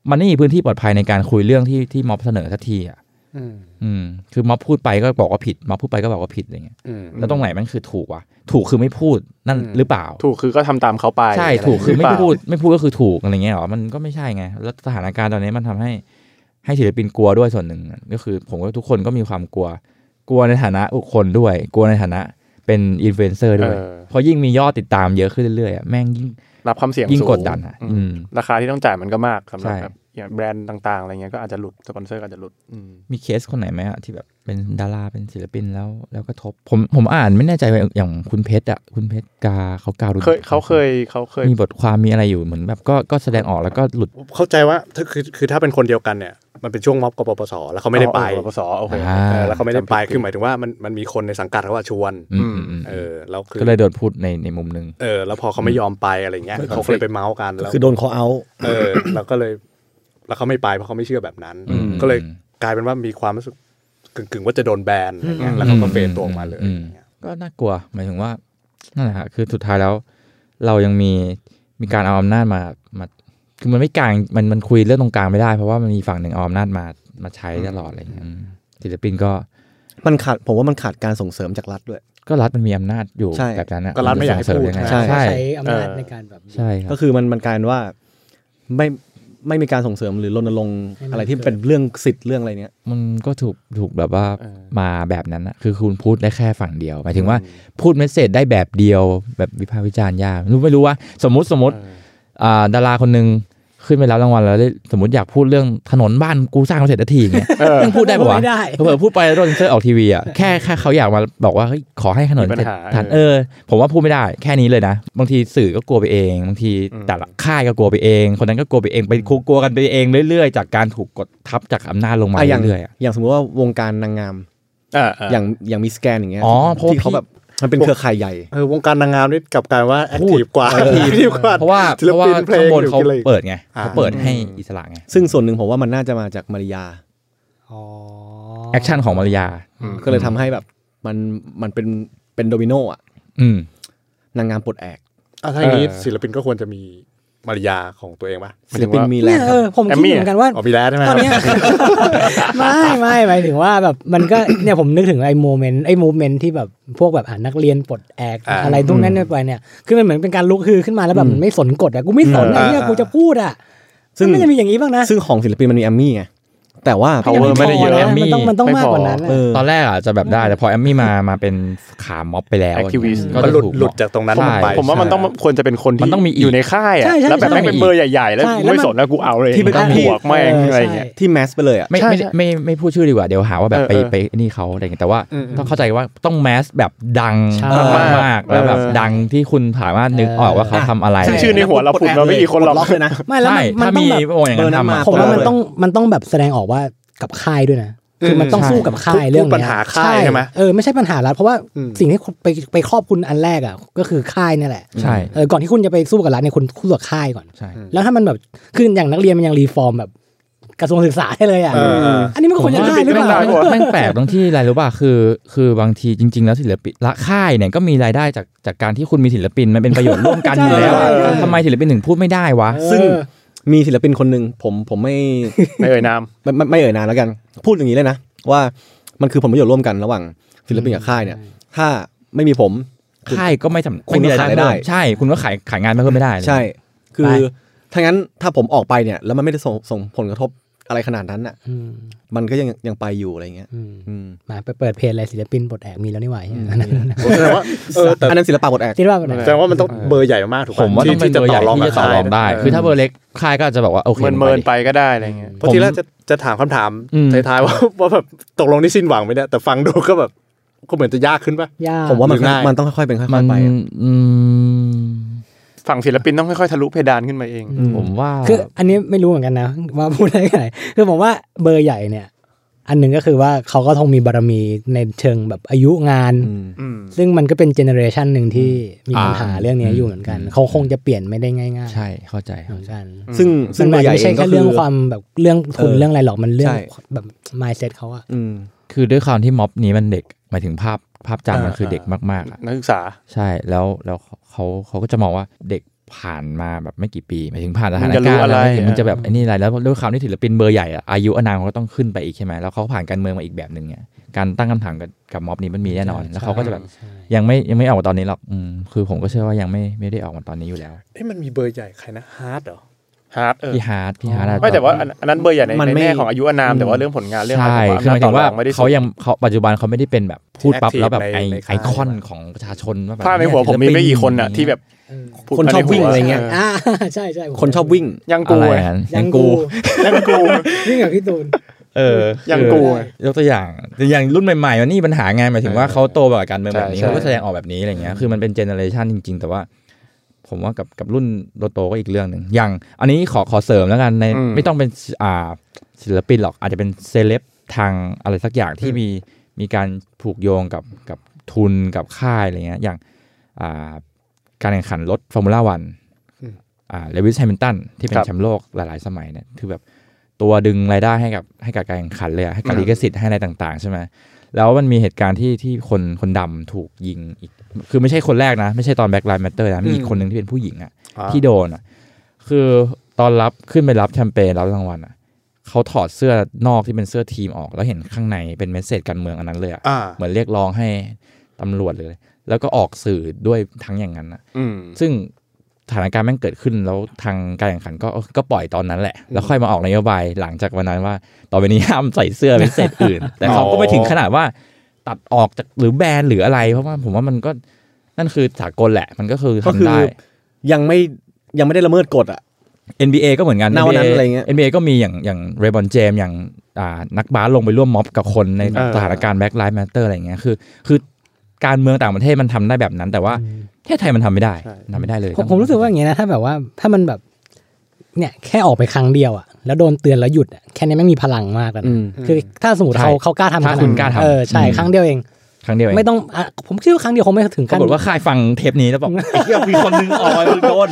มันไม่มีพื้นที่ปลอดภัยในการคุยเรื่องที่ที่ม็อบเสนอสักทีอ่ะ
อืม
อืมคือม็อบพูดไปก็บอกว่าผิดม็อบพูดไปก็บอกว่าผิดอะไรเงี้ย
อืม
แล้วตรงไหนมันคือถูกวะถูกคือไม่พูดนั่น
อืม
หรือเปล่า
ถูกคือก็ทำตามเขาไป
ใช่ถูกคือ
หรื
ไม่
เปล่า
พูดไม่พูดก็คือถูกอะไรเงี้ยเหรอมันก็ไม่ใช่ไง แล้วสถานการณ์ตอนนี้มันทำให้ให้ศิลปินกลัวด้วยส่วนหนึ่งก็คือ ผมว่าทุกคนก็มีความกลัว กลัวในฐานะบุคคลด้วย กลัวในฐานะเป็นอินฟลูเอนเซอร์
เอ
ด้วย
อ
เพราะยิ่งมียอดติดตามเยอะขึ้นเรื่อยๆอะแม่งยิ่ง
รับความเสี่ยง
ยิ่ง
สู
กดดันอะ
อืม
อืม
ราคาที่ต้องจ่ายมันก็มากสำหรับ
ใช่
แบบอย่างแบรนด์ต่าง ๆอะไรเงี้ยก็อาจจะหลุดสปอนเซอร์ก็อาจจะหลุดอืม
มีเคสคนไหนไหมอะที่แบบเป็นดาราเป็นศิลปินแล้ว แล้วก็ทบผมผมอ่านไม่แน่ใจว่าอย่างคุณเพชรอะคุณเพชรกาเขากาวรุ่น
เคยเขาเคยเขาเคย
มีบทความมีอะไรอยู่เหมือนแบบก็ก็แสดงออกแล้วก็หลุด
เข้าใจว่าถ้าคือคือถ้าเป็นคนเดียวกันเนี่ยมันเป็นช่วงม็อบกปปสแล้วเขาไม่ได้ไป
อ๋อเออปปสโอเค
อ่า
เออแล้วเขาไม่ได้ไป
จำผิ
คือหมายถึงว่ามันมันมีคนในสังกัดเขาว่าชวน
อืมอืมอืม
เออแล้วคือ
ก็เลยโดนพูดในในมุมหนึ่ง
เออแล้วพอเขาไม่ยอมไปอะไรเงี้ย
มัน
เขาก็เลยไปเมาส์กันแล้ว
คือโดนคอเอา
เออแล้วก็เลยแล้วเขาไม่ไปเพราะเขาไม่เชื่อแบบนั้น
อืม
ก็เลยกลายเป็นว่ามีความรู้สึกกึ่งๆว่าจะโดนแบนอะไรเงี้ยแล้วเขาก็เฟดตัวออกมาเลย
อื
อะ
ม
ไรเงี้ย
ก็น่ากลัวหมายถึงว่านั่นแหละฮะคือสุดท้ายแล้ว เรายังมีมีการเอาอำนาจมามาคือมันไม่กลางมันมันคุยเรื่องตรงกลางไม่ได้ เพราะว่ามันมีฝั่งหนึ่งเอาอำนาจมามาใช้ตลอดอะไรอย่างเงี้ยอืมศิลปินก็
มันขาดผมว่ามันขาดการส่งเสริมจากรัฐด้วย
ก็รัฐมันมีอำนาจอยู่
ใช่
แบบนั้นอะ
ก็รัฐไม่อยากให้
ส่ง
พูด
เสริมยังไง
ใช่
ใช่
ใช้อำนาจในการแบบ
ใช่ครั
ก็
บ
คือมันมันกลายเป็นว่าไม่ไม่มีการส่งเสริมหรือรณรงค์
ให้มัน
อะไรที่
เกิด
เป็นเรื่องสิทธิ์เรื่องอะไรเนี้ย
มันก็ถูกถูกแบบว่า
เออ
มาแบบนั้นอะคือคุณพูดได้แค่ฝั่งเดียวหมายถึงว่าพูดเมสเซจได้แบบเดียวแบบวิพากษ์วิจารณ์ยากรู้ไม่รู้ว่าสมมติสมมติ
เออ
อ่าดาราคนหนึ่งขึ้นไปรับรางวัลแล้วได้สมมติอยากพูดเรื่องถนนบ้านกูสร้างไม่เสร็จสักทีอย่างเงี้ย
เออ
ยังพูดได้ปะวะ
ไม่ได้
เผื่อๆพูดไปโดนเซอร์ออกทีวีอ่ะแค่แค่เขาอยากมาบอกว่าเฮ้ยขอให้ถนน
มีปัญ
เสร็จ
หา
ทันเออ ผมว่าพูดไม่ได้แค่นี้เลยนะ บางทีสื่อก็กลัวไปเองบางที
อืม
แต่ละค่ายก็กลัวไปเอง คนนั้นก็กลัวไปเองไปคุกกลัวกันไปเองเรื่อยๆ จากการถูกกดทับจากอำนาจลงมา
อ่ะอย่าง
เรื่อยๆอ่ะ
อย่างสมมติว่าวงการนางงาม
อ่าๆ
อย่างอย่างมีสแกนอย่างเงี้ย
อ๋อเพราะว่า
ที่เขา
พี่
แบบมันเป็นเครือข่ายใหญ่
เออวงการนางงามนี่กลับกลายว่าแอคทีฟกว่า
เอ อ
แอคทีฟกว่า
เพราะว่า
ศิ
เพ
ล
ราะว่า
ปินเพล
ข้าง งบน
หรือ
เขา
อะไร
เปิดไง
อ่า
เขาเปิดให้อิสระไง
ซึ่งส่วนหนึ่งผมว่ามันน่าจะมาจากมาริยา
อ๋อ
แอคชั่นของมาริยา
ก็เลยทำให้แบบมันมันเป็นเป็นโดมิโนอ่ะ
อืม
นางงามปลดแอก
อ่ะถ้าอย่างนี้
เออ
ศิลปินก็ควรจะมีมารยาของตัวเองป่ะ
ศิลปินมีแล้ว
เนี่
ย ค
เอ
รับ
อผม
แอม
คิด
มี่
เหมือนกันว่า
ออกมีแล้วใช่ไหม
ต
ค
อ
รั
น
บ
เนี้ย ไม่ไม่หมายถึงว่าแบบมันก็เนี่ยผมนึกถึงไอ้โมเมนต์ไอ้มูเมนต์ที่แบบพวกแบบอ่านนักเรียนปลดแอก
อ่า
อะไรตรงนั้นไปเนี่ยคือมันเหมือนเป็นการลุกฮือขึ้นมาแล้วแบบมันไม่สนกฎอะกูไม่สนอะ
อืม
เนี่ย
อ่า
กูจะพูดอะซึ่งน่าจะมีอย่างนี้บ้างนะ
ซึ่งของศิลปินมันมีแอมมี่ไง แต่ว่า
power
น
ไม่ได้เยอะ
พนะมันต้องมันต้อง
ไม่
มาก
พอ
กว่านั้นนะ
เออ
ตอนแรกอาจจะแบบได้แต่พอแอมมี่มามาเป็นขาม็อบไปแล้ว
Activist
ก็
ก็
จะ
หลุด
ถูก
หลุดจากตรงนั้น
ใช่
ไป
ผมว่ามันต้องควรจะเป็นคน
มั
ที่
นต้องมีอีก
อยู่ในค่ายอะ
ใช่ใช่
แล้วแบบ
ใช่
แม่งเป็นเบอร์ใหญ่ๆ แล้ว
ใช่
กู
แล้ว
ไม่
มัน
สนแล้วกูเอาเลย
ที่เป็น
ตั้ง
ที่
หัวกแม่ง
เอออ
อะไรอย่างเงี้ย
ใช่
ที่แมสไปเลยอ่ะ
ไม่
ใช่
ไม่
ใช่
ไม่ไม่ไม่พูดชื่อดีกว่าเดี๋ยวหาว่าแบบไป
เออเออ
ไปนี่เขาอะไรอย่างเงี้ยแต่ว่า
อืม
ต้องเข้าใจว่าต้องแมสแบบดัง
ใช่
มากมากๆแล้วแบบ
เออ
ดังที่คุณสามารถนึกออกว่าเขาทำอะไร
ซึ่งชื่อในหัวเราผุดเราไม่มีคนหรอก
ล็อกเลยนะ
ไม่แล้ว
ใช่
มัน
ถ้า
มันต้อ
มี
งแบบ
โออย่างนั้นทำอะ
เบอร์นั้นมา
ผมว่ามัน
เลย
ต้องมันต้องแบบแสดงออกว่ากับค่ายด้วยนะคือมันต้อง
ใช่
สู้กับค่าย
พูด
เรื่อง
ปัญ
เนี้ย
หาค่ายใช่ไหม
เออไม่ใช่ปัญหารัฐเพราะว่า
อืม
สิ่งที่ไปไปครอบคุณอันแรกอ่ะก็คือค่ายเนี่ยแหละ
ใช่
เออก่อนที่คุณจะไปสู้กับรัฐเนี่ยคุณคู่กับค่ายก่อน
ใช่
แล้วถ้ามันแบบคืออย่างนักเรียนมันยังรีฟอร์มแบบกระทรวงศึกษาให้เลยอ่ะ
เออ
อันนี้มันควรจะได้หรือเปล่า
แม่งแม่งแปลกตรงที่อะไรรู้ป่ะคือ คือบางทีจริง ๆ แล้วศิลปินละค่ายเนี่ยก็มีรายได้จากจากการที่คุณมีศิลปินมันเป็นประโยชน์ร่วมกันอยู่แล้ว
ใช่ใช่ใช่
ทำไมศิลปินถึงพูดไม่ได้วะ
ซึ่งมีศิลปินคนหนึ่งผมผมไม่
ไม่เอ่ยนาม
ไม่ไม่ไม่เอ่ยนามแล้วกัน พูดอย่างนี้เลยนะ ว่ามันคือผลประโยชน์ร่วมกันระหว่างศิลปินกับค่ายเนี่ย ถ้าไม่มีผม
ค่ายก็ไม่จำ
คุณก็ขายได้
เพิ่มใช่ คุณก็ขายขายงานไม่เพิ่มไม่ได้เลย
ใช่ คื
ไป
อถ้างั้นถ้าผมออกไปเนี่ย แล้วมันไม่ได้ส่งส่งผลกระทบอะไรขนาดนั้นน่ะ
อืม
มันก็ยังยังไปอยู่อะไรเงี้ย
อืม
อืม
มาไปเปิดเพจอะไรศิลปินบทแอกมีแล้วนี่หว่าอันนั้น
แสดงว่าเออแต่
อันนั้นศิลปะบทแอก
คิดว่าแบบไหน
แสดงว่ามันต้องเบอร์ใหญ่มากถูกปะ
ผมว่าต้องเป็นเบอร์ใหญ่ที่จะต่อรองได้
เ
คือถ้าเบอร์เล็กค่ายก็จะบอกว่าโอเค
เมิน
ไป
เมิน
ดิ
ๆไปก็ได้อะไรเงี้ย
เพราะทีแรกจะจะถามคำถาม
อืม
ท้ายๆว่าว่าแบบตกลงนี่สิ้นหวังไหมเนี่ยแต่ฟังดูก็แบบก็เหมือนจะยากขึ้นปะ
ยาก
ผมว่ามัน
หรือง่าย
มันต้องค่อยๆเป็นค่
มั
อนยๆไปอะ
อืม
ฝั่งศิลปินต้องค่อยๆทะลุเพดานขึ้นมาเอง
อืม
ผมว่า
คืออันนี้ไม่รู้เหมือนกันนะ ว่าพูดได้ไงคือผมว่าเบอร์ใหญ่เนี่ย อันหนึ่งก็คือว่าเขาก็คงมีบารมีในเชิงแบบอายุงาน
อืม
อืม
ซึ่งมันก็เป็นเจเนอเรชันหนึ่งที่มีปัญหาเรื่องนี้อยู่เหมือนกัน เขาคงจะเปลี่ยนไม่ได้ง่ายๆ
ใช่เข้าใจค
เห
รับ
มือนกัน
ซึ่งซึ่
ซึ่
ง
ง
เบอ
มัน
ร์ใหญ่
ไม่
เอ
ใช่
งก็
แค่
คื
เรื่อง
อ
ความแบบเรื่องทุน
เออ
เรื่องอะไรหรอกมันเรื่อง
ใช่
แบบ mindset เขาอะ
อืม
คือด้วยความที่ม็อบนี้มันเด็กหมายถึงภาพภาพจำมัน
อ่า
คือเด็กมากๆอะ
นักศึกษา
ใช่แล้วแล้วเขาเขาก็จะมองว่าเด็กผ่านมาแบบไม่กี่ปีหมายถึงผ่านสถาน
มันจะรู้
การ
อะ
ณ์
ไร
แล้วมันจะ
อ่ะ
แบบไอ้นี่อะไรแล้วด้วยความที่ศิลปินเบอร์ใหญ่อะอายุอนามเขาก็ต้องขึ้นไปอีกใช่ไหมแล้วเขาผ่านการเมืองมาอีกแบบหนึ่งเนี่ยการตั้งคำถามกับกับม็อบนี้มันมีแน่นอนแล้วเขาก็จะแบบ
ใช่
ยังไม่ยังไม่ออกมาตอนนี้หรอกอืมคือผมก็เชื่อว่ายังไม่ไม่ได้ออกมาตอนนี้อยู่แล้ว
เอ้มันมีเบอร์ใหญ่ใครนะฮาร์ดเหรอ
ฮาร์ดเออ
พี่ฮาร์ดพี่ฮาร์ดอะ
ไม่แต่ว่าอันอันนั้นเบอร์ใหญ่ใน
มัน
ใน
ไม่
แง่ของอายุอานามแต่ว่าเรื่องผลงานเรื่องอะ
ใช่
ไรของ
คือหมายถึงว่า
อำนจต่อรไม่ได้
เขายังเขาปัจจุบันเขาไม่ได้เป็นแบบพูดปั๊บ
ที่
แล้วแบบไอ
active ในใน
ไอ
ค่าย
คอนของประชาชนว่าแบบ
ภาพในหัวผมมีไม่กี่คนอ่ะที่แบบพูด
คนชอบวิ่งอะไรเงี้ย
อ่าใช่ใช่
คนชอบวิ่ง
ยัง
อะ
กู
ไร
ไง
นั้น
ยังกู
ยังกู
วิ่งกับพี่ตูน
เออ
ยังกูไง
ยกตัวอย่างแต่อย่างรุ่นใหม่ๆมันนี่ปัญหาไงหมายถึงว่าเขาโตมากับการเมือง
ใช่
แบบนี้
ใช่
เขาก็แสดงออกแบบนี้อะไรเงี้ยคือมันเป็นเจเนอเรชันจริง ๆ แต่ว่า ผมว่ากับกับรุ่นโตๆก็อีกเรื่องหนึ่งอย่าง อันนี้ขอขอเสริมแล้วกันใน
อืม
ไม่ต้องเป็นอ่าศิลปินหรอกอาจจะเป็นเซเลบทางอะไรสักอย่างที่มีมีการผูกโยงกับกับทุนกับค่ายอะไรเงี้ยอย่างอ่าการแข่งขันรถฟอร์มูล่าวัน
อืม
อ่าเลวิสแฮมิลตันที่เป็นแชมป์โลกหลาย ๆ สมัยเนี่ยคือแบบตัวดึงรายได้ให้กับให้กับการแข่งขันเลยอะให้กับลิขสิทธิ์ให้อะไรต่าง ๆ ใช่ไหม แล้วมันมีเหตุการณ์ที่ที่คนคนดำถูกยิงอีก คือไม่ใช่คนแรกนะ ไม่ใช่ตอนแบ็กไลน์แมตเตอร์นะมีอีกคนหนึ่งที่เป็นผู้หญิงอะที่โดนอะคือตอนรับขึ้นไปรับแชมเปญรับรางวัลอะเขาถอดเสื้อนอกที่เป็นเสื้อทีมออก แล้วเห็นข้างในเป็นเมสเซจการเมืองอันนั้นเลยอะ
อ่า
เหมือนเรียกร้องให้ตำรวจเลย แล้วก็ออกสื่อด้วยทั้งอย่างนั้นอะ
อืม
ซึ่งสถานการณ์แม่งเกิดขึ้นแล้วทางการแข่งขันก็เออก็ปล่อยตอนนั้นแหละ แล้วค่อยมาออกนโยบายหลังจากวันนั้นว่าต่อไปนี้ห้ามใส่เสื้อเมสเซจ อื่น แต่เขาก็ไม่ถึงขนาดว่า ตัดออกจากหรือแบนหรืออะไร เพราะว่าผมว่ามันก็นั่นคือสากลแหละ มันก็คือ
ก็คือ
ทำได้
ยังไม่ยังไม่ได้ละเมิดกฎอ่ะ
NBA ก็เหมือนกัน
หน้าวันนั้น
NBA
อะไรเงี้ย
NBA ก็มีอย่างอย่างเรบอนเจมอย่างอ่านักบาสลงไปร่วมม็อบกับคนใน
เออ
สถานการณ์แบ็คไลท์แมตเตอร์อะไรเงี้ยคือ คือการเมืองต่างประเทศมันทำได้แบบนั้น แต่ว่าประเทศไทยมันทำไม่ได้มันทำไม่ได้เลย
ผมผมรู้สึกว่าอย่างนี้นะ ถ้าแบบว่าถ้ามันแบบ เนี่ยแค่ออกไปครั้งเดียวอ่ะแล้วโดนเตือนแล้วหยุดอะแค่นี้ไม่งมีพลังมากแล้วนะ
อืม
คือถ้าสมมติเขาเขากล้าทำ
ถ้า
ขนด
คุณ
นั้น
กล้าทำ
เออใช่ครั้งเดียวเอง
ครั้งเดียวเอง
ไม่ต้องอ่ะผมคิดว่าครั้งเดียวคงไม่ถึง
ปรา
ขั้น
กฏว่าค่ายฟังเทปนี้แล้วบอก ไอ้เหี้ยมีคนนึงออกมามึงโดน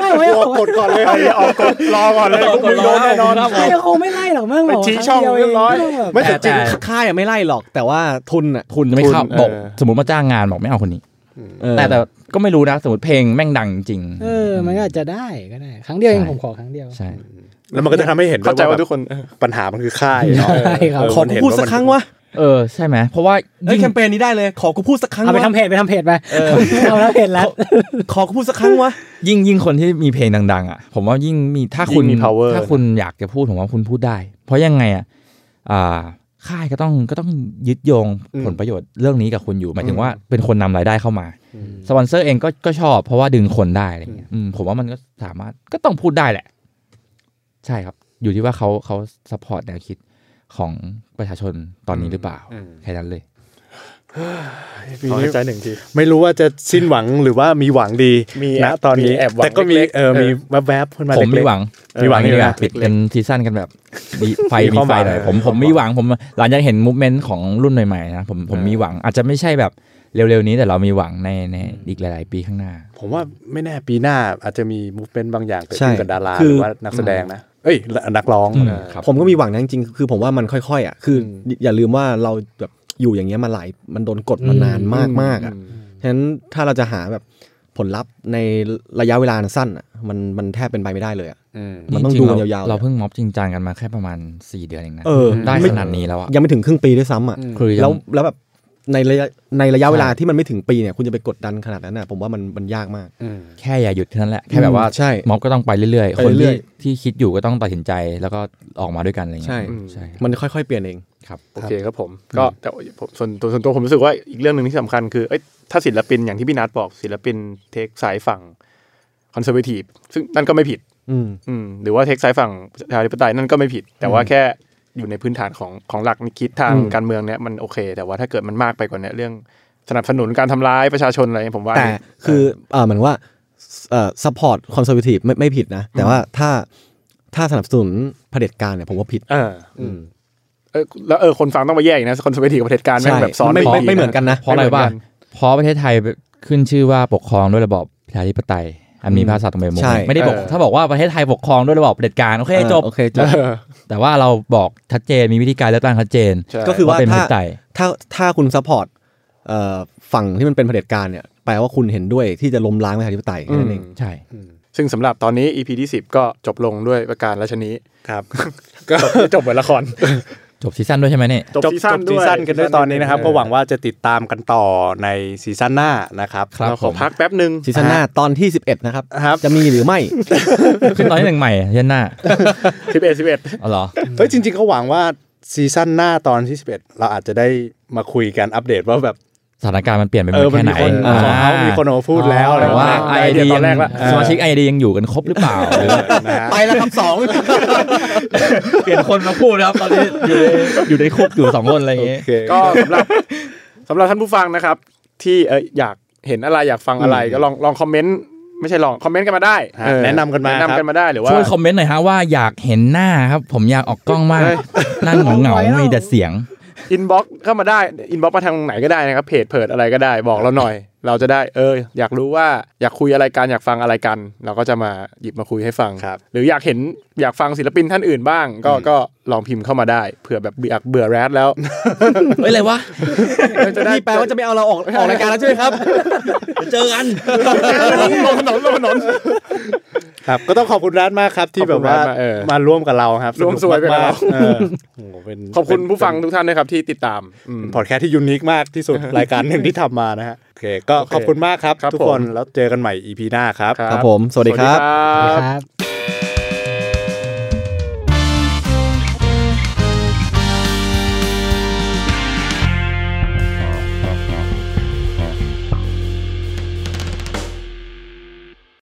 ไม่ไม่
ออกกดก่อนเลยออกกดรอก่อนเลยพวกมึงโดนแน่นอน
ครั้งเดียวคงไม่ไล่หรอกมั้ง
ไป
บอก
ชี้
ครั้ดีว
ช่องเรียบร้อย
ก็ต้องแบบ
ไม่แต่จริง
ค่ายอะไม่ไล่หรอก แต่ว่าทุนอ่ะ
ทุนไม่เข้า
ทุน
บอก
เออ
สมมติมาจ้างงานบอกไม่เอาคนนี้
เออ
แต่แต่ก็ไม่รู้นะ สมมติเพลงแม่งดังจริง
เออ มันก็อาจจะได้ก็ได้ ครั้งเดียวเอง
ใช่
ผมขอครั้งเดียว
ใช่
แล้วมันก็จะทำให้เห็นด้วย
เข้าใจว่าทุกคน
ปัญหามันคือค่ายเนาะ
ใช่ครับ
เออ
ขอ
มันเห็น
พูดสัก
ว่ามัน
ครั้งวะ
เออใช่ไหมเพราะว่า
เอ้ยแคมเปญนี้ได้เลย ขอกูพูดสักครั้ง
เอาไป
วะ
ทำเพจไปทำเพจไปเอาแล้วเพจแล้ว
ขอกูพูดสักครั้งวะ
ยิ่งยิ่งคนที่มีเพลงดังๆอ่ะผมว่ายิ่งมีถ้าคุณ
ยิ่งมี power
ถ้าคุณอยากจะพูดผมว่าคุณพูดได้ เพราะยังไงอ่ะอ่าค่ายก็ต้องก็ต้องยึดโยง
อืม
ผลประโยชน์เรื่องนี้กับคุณอยู่หมายถึงว่าเป็นคนนำรายได้เข้ามาสปอนเซอร์เองก็ก็ชอบเพราะว่าดึงคนได้อะไรอย่างเงี้ยอืมผมว่ามันก็สามารถก็ต้องพูดได้แหละ ใช่ครับ อยู่ที่ว่าเขาเขาสปอร์ตแนวคิดของประชาชนตอนนี้หรือเปล่าแค่นั้นเลย
ขอให้ใจหนึ่งที
ไม่รู้ว่าจะสิ้นหวังหรือว่ามีหวังดี
มีแอบ
นะตอนนี้
มีแอบหวัง
แต่ก็มี
เล็กๆ
เออ
เออ
มีแวบๆขึ้นมา
ผมมี
เล็ก
หวัง
เออมีหวัง
ดีกว่า
เล็กๆ
ปิดกันซีซั่นกันแบบมีไฟ
มี
มี
ความห
ไฟ
วัง
หน่อย
เออ
ผม
มีควา
ผ
ม มหวัง
มีหวังผมหลังจากเห็นมูฟเมนต์ของรุ่นใหม่ๆนะผมผมมีหวังอาจจะไม่ใช่แบบเร็วๆนี้แต่เรามีหวังในในอีกหลาย ๆ ปีข้างหน้า
ๆผมว่าไม่แน่ปีหน้าอาจจะมีมูฟเ e น t บางอย่างเกิดขึ้นกับดารา
คือ
หรือว่านักแสดงนะเอ้ยนักร้อง
อืม
เออ
ครับ
ผมก็มีหวังนะจริงๆ คือผมว่ามันค่อยๆอ่ะ คือออย่าลืมว่าเราแบบอยู่อย่างเงี้ยมาหลาย มันโดนกดมานานมากมากๆอ่ะ ฉะนั้นถ้าเราจะหาแบบผลลัพธ์ในระยะเวลาอันสั้นอ่ะ มันมันแทบเป็นไปไม่ได้เลยอ่ะ มันต้อง
จริ
ดู
ๆเร
ยาวๆ
เราเพิ่งม็อบจริงจังกันมาแค่ประมาณ 4 เดือนเองนะ
เออ
ได้
ไม่
ขนาดนี้แล้วอะ
ยังไม่ถึงครึ่งปีด้วยซ้ำอ่ะ
คือยัง
แล้วแล้วแบบในระยะในระยะเวลา
ใช่
ที่มันไม่ถึงปีเนี่ย คุณจะไปกดดันขนาดนั้นน่ะ ผมว่ามันมันยากมาก
แค่อย่าหยุดเท่านั้นแหละแค่แบบว่า
อืมใช่
ม็อบก็ต้องไปเรื่อย
ไป
ๆ คน
เรื่
ที่
อย
ที่คิดอยู่ก็ต้องตัดสินใจแล้วก็ออกมาด้วยกันอะไรเงี้ย
อืม
ใช่ครับ
มันค่อยๆเปลี่ยนเอง
โอเคครับผมก็แต่ผมส่วนตัวส่วนตัวผมรู้สึกว่าอีกเรื่องหนึ่งที่สำคัญคือเอ้ยถ้าศิลปินอย่างที่พี่นัทบอกศิลปินเทคสายฝั่งคอนเซอร์ t วทีฟซึ่งนั่นก็ไม่ผิด
อืม
อืมหรือว่าเทคสายฝั่งประชาธิปไตยนั่นก็ไม่ผิด แต่ว่าแค่อยู่ในพื้นฐานของของหลักคิดทางการเมืองเนี้ยมันโอเค แต่ว่าถ้าเกิดมันมากไปกว่าเนี้ยเรื่องสนับสนุนการทำร้ายประชาชนอะไรเงี้ยผมว่า
แต่
นนี้
คือเอ่อเหมือนว่าเอ่อ support conservative ไม่ไม่ผิดนะ แต่ว่าถ้าถ้าสนับสนุนเผด็จการเนี่ยผมว่าผิด
เออเออแล้วเออคนฟังต้องมาแยกอีกนะคนสเปทีกับเผด็จการแม่ง
ใช่
แบบซ้อน
ไม่
ป
ไม่
ก
ไม่เหมือนกันนะ
เพราะอะไรว่าเพราะประเทศไทยขึ้นชื่อว่าปกครองด้วยระบอบประชาธิปไตย อันมีพระมหากษัตริย์ทรงเป็นประมุข
ใช่
ไม่ได้บอกถ้าบอกว่าประเทศไทยปกครองด้วยระบอบเผด็จการโอเค
เออ
จบ
โอเคจบ
แต่ว่าเราบอกชัดเจนมีวิธีการเลือกตั้งชัดเจน
ใช่
ก็คือว่า
ว่าเป็นประ
ถ้า
ชาธิปไตย
ถ้าถ้าคุณซัพพอร์ตเอ่อฝั่งที่มันเป็นเผด็จการเนี่ยแปลว่าคุณเห็นด้วยที่จะล้มล้างประชาธิปไตยแค่นั้นเอง
ใช่
ซึ่งสำหรับตอนนี้ EP ที่10 ก็จบลงด้วยประการราชนี้
ครับ
ก็ จบเหมือนละคร
จบซีซั่นด้วยใช่ไหมเนี่ย
จบจบซีซั่นกันด้วยตอนนี้นะครับ ก็หวังว่าจะติดตามกันต่อในซีซั่นหน้านะครับ
ครับ
เราขอพักแป๊บหนึ่ง
ซีซั่นหน้าตอนที่ 11 นะครับ จะมีหรือไม่
ขึ้นตอนที่หนึ่งใหม่เยันหน้า
สิบเอ็ดสิบเอ็ด
เอาเหรอ
เฮ้ยจริงๆก็หวังว่าซีซั่นหน้าตอนที่11 เราอาจจะได้มาคุยกันอัปเดตว่าแบบ
สถานการณ์มันเปลี่ยนไป
เออ
แค่
มัน
ไหน
มีคน
อ่า
ของเขามีคนออกมาพูดแล้วอะไร
แต่ว่า
ประมณ
ไอ
นั้น
เดี
ต
ยยั
อนแรก
ง
ละ
สมาชิกไอเดียยังอยู่กันครบหรือเปล่าหรือว่า
นะฮะ
ไปแล้วครับสอง
เปลี่ยนคนมาพูดแล้วตอนนี้อยู่ในอยู่ในคุกอยู่สองคนอะไรอย่างเงี้ย
ก็สำหรับสำหรับท่านผู้ฟังนะครับ ที่เอออยากเห็นอะไรอยากฟังอะไรก็ลองลองคอมเมนต์ไม่ใช่ลองคอมเมนต์กันมาได้
ฮะ
เออ
แนะนำกันมา
แนะนำกันมาได้หรือว่า
ช่วยคอมเมนต์หน่อยฮะว่าอยากเห็นหน้าครับ ผมอยากออกกล้องมาก นั่งเหงาเหงาๆมีแต่เสียง
อินบ็อกเข้ามาได้อินบ็อกมาทางไหนก็ได้นะครับเพจเพิดอะไรก็ได้บอกเราหน่อย เราจะได้เออ อยากรู้ว่าอยากคุยอะไรกันอยากฟังอะไรกัน เราก็จะมาหยิบมาคุยให้ฟัง
ครับ
หรืออยากเห็นอยากฟังศิลปินท่านอื่นบ้าง ก็ก็ลองพิมพ์เข้ามาได้เผื่อแบบเบื่อเบื่อแรดแล้ว
เฮ้ย อะไรวะ
จะได้
นี่แปลว่าจะไม่เอาเราออกออกรายการแล้วใช่ไหมครับ
เจอกัน
ลงถนนลงถนน
ครับก็ต้องขอบคุณร้านมากครับที่แบบว่า
ขอบคุณร้านมากเออ
มาร่วมกับเราครับ
ร่วมสวยไปกับเรา
สนุกมกๆเออโอ้โหเป็น
ขอบคุณผู้ฟังทุกท่านด้วยครับที่ติดตามอืม
พอดแคสต์ที่ยูนิคมากที่สุด รายการหนึ่งที่ทำมานะฮะโอเคก็
โอเค
ขอบคุณมากครับ
ครับ
ทุกคน
ผม
แล้วเจอกันใหม่ EP หน้าครับ
ครับผม สวัสดีครับ
สวัสดีครับ
ครับ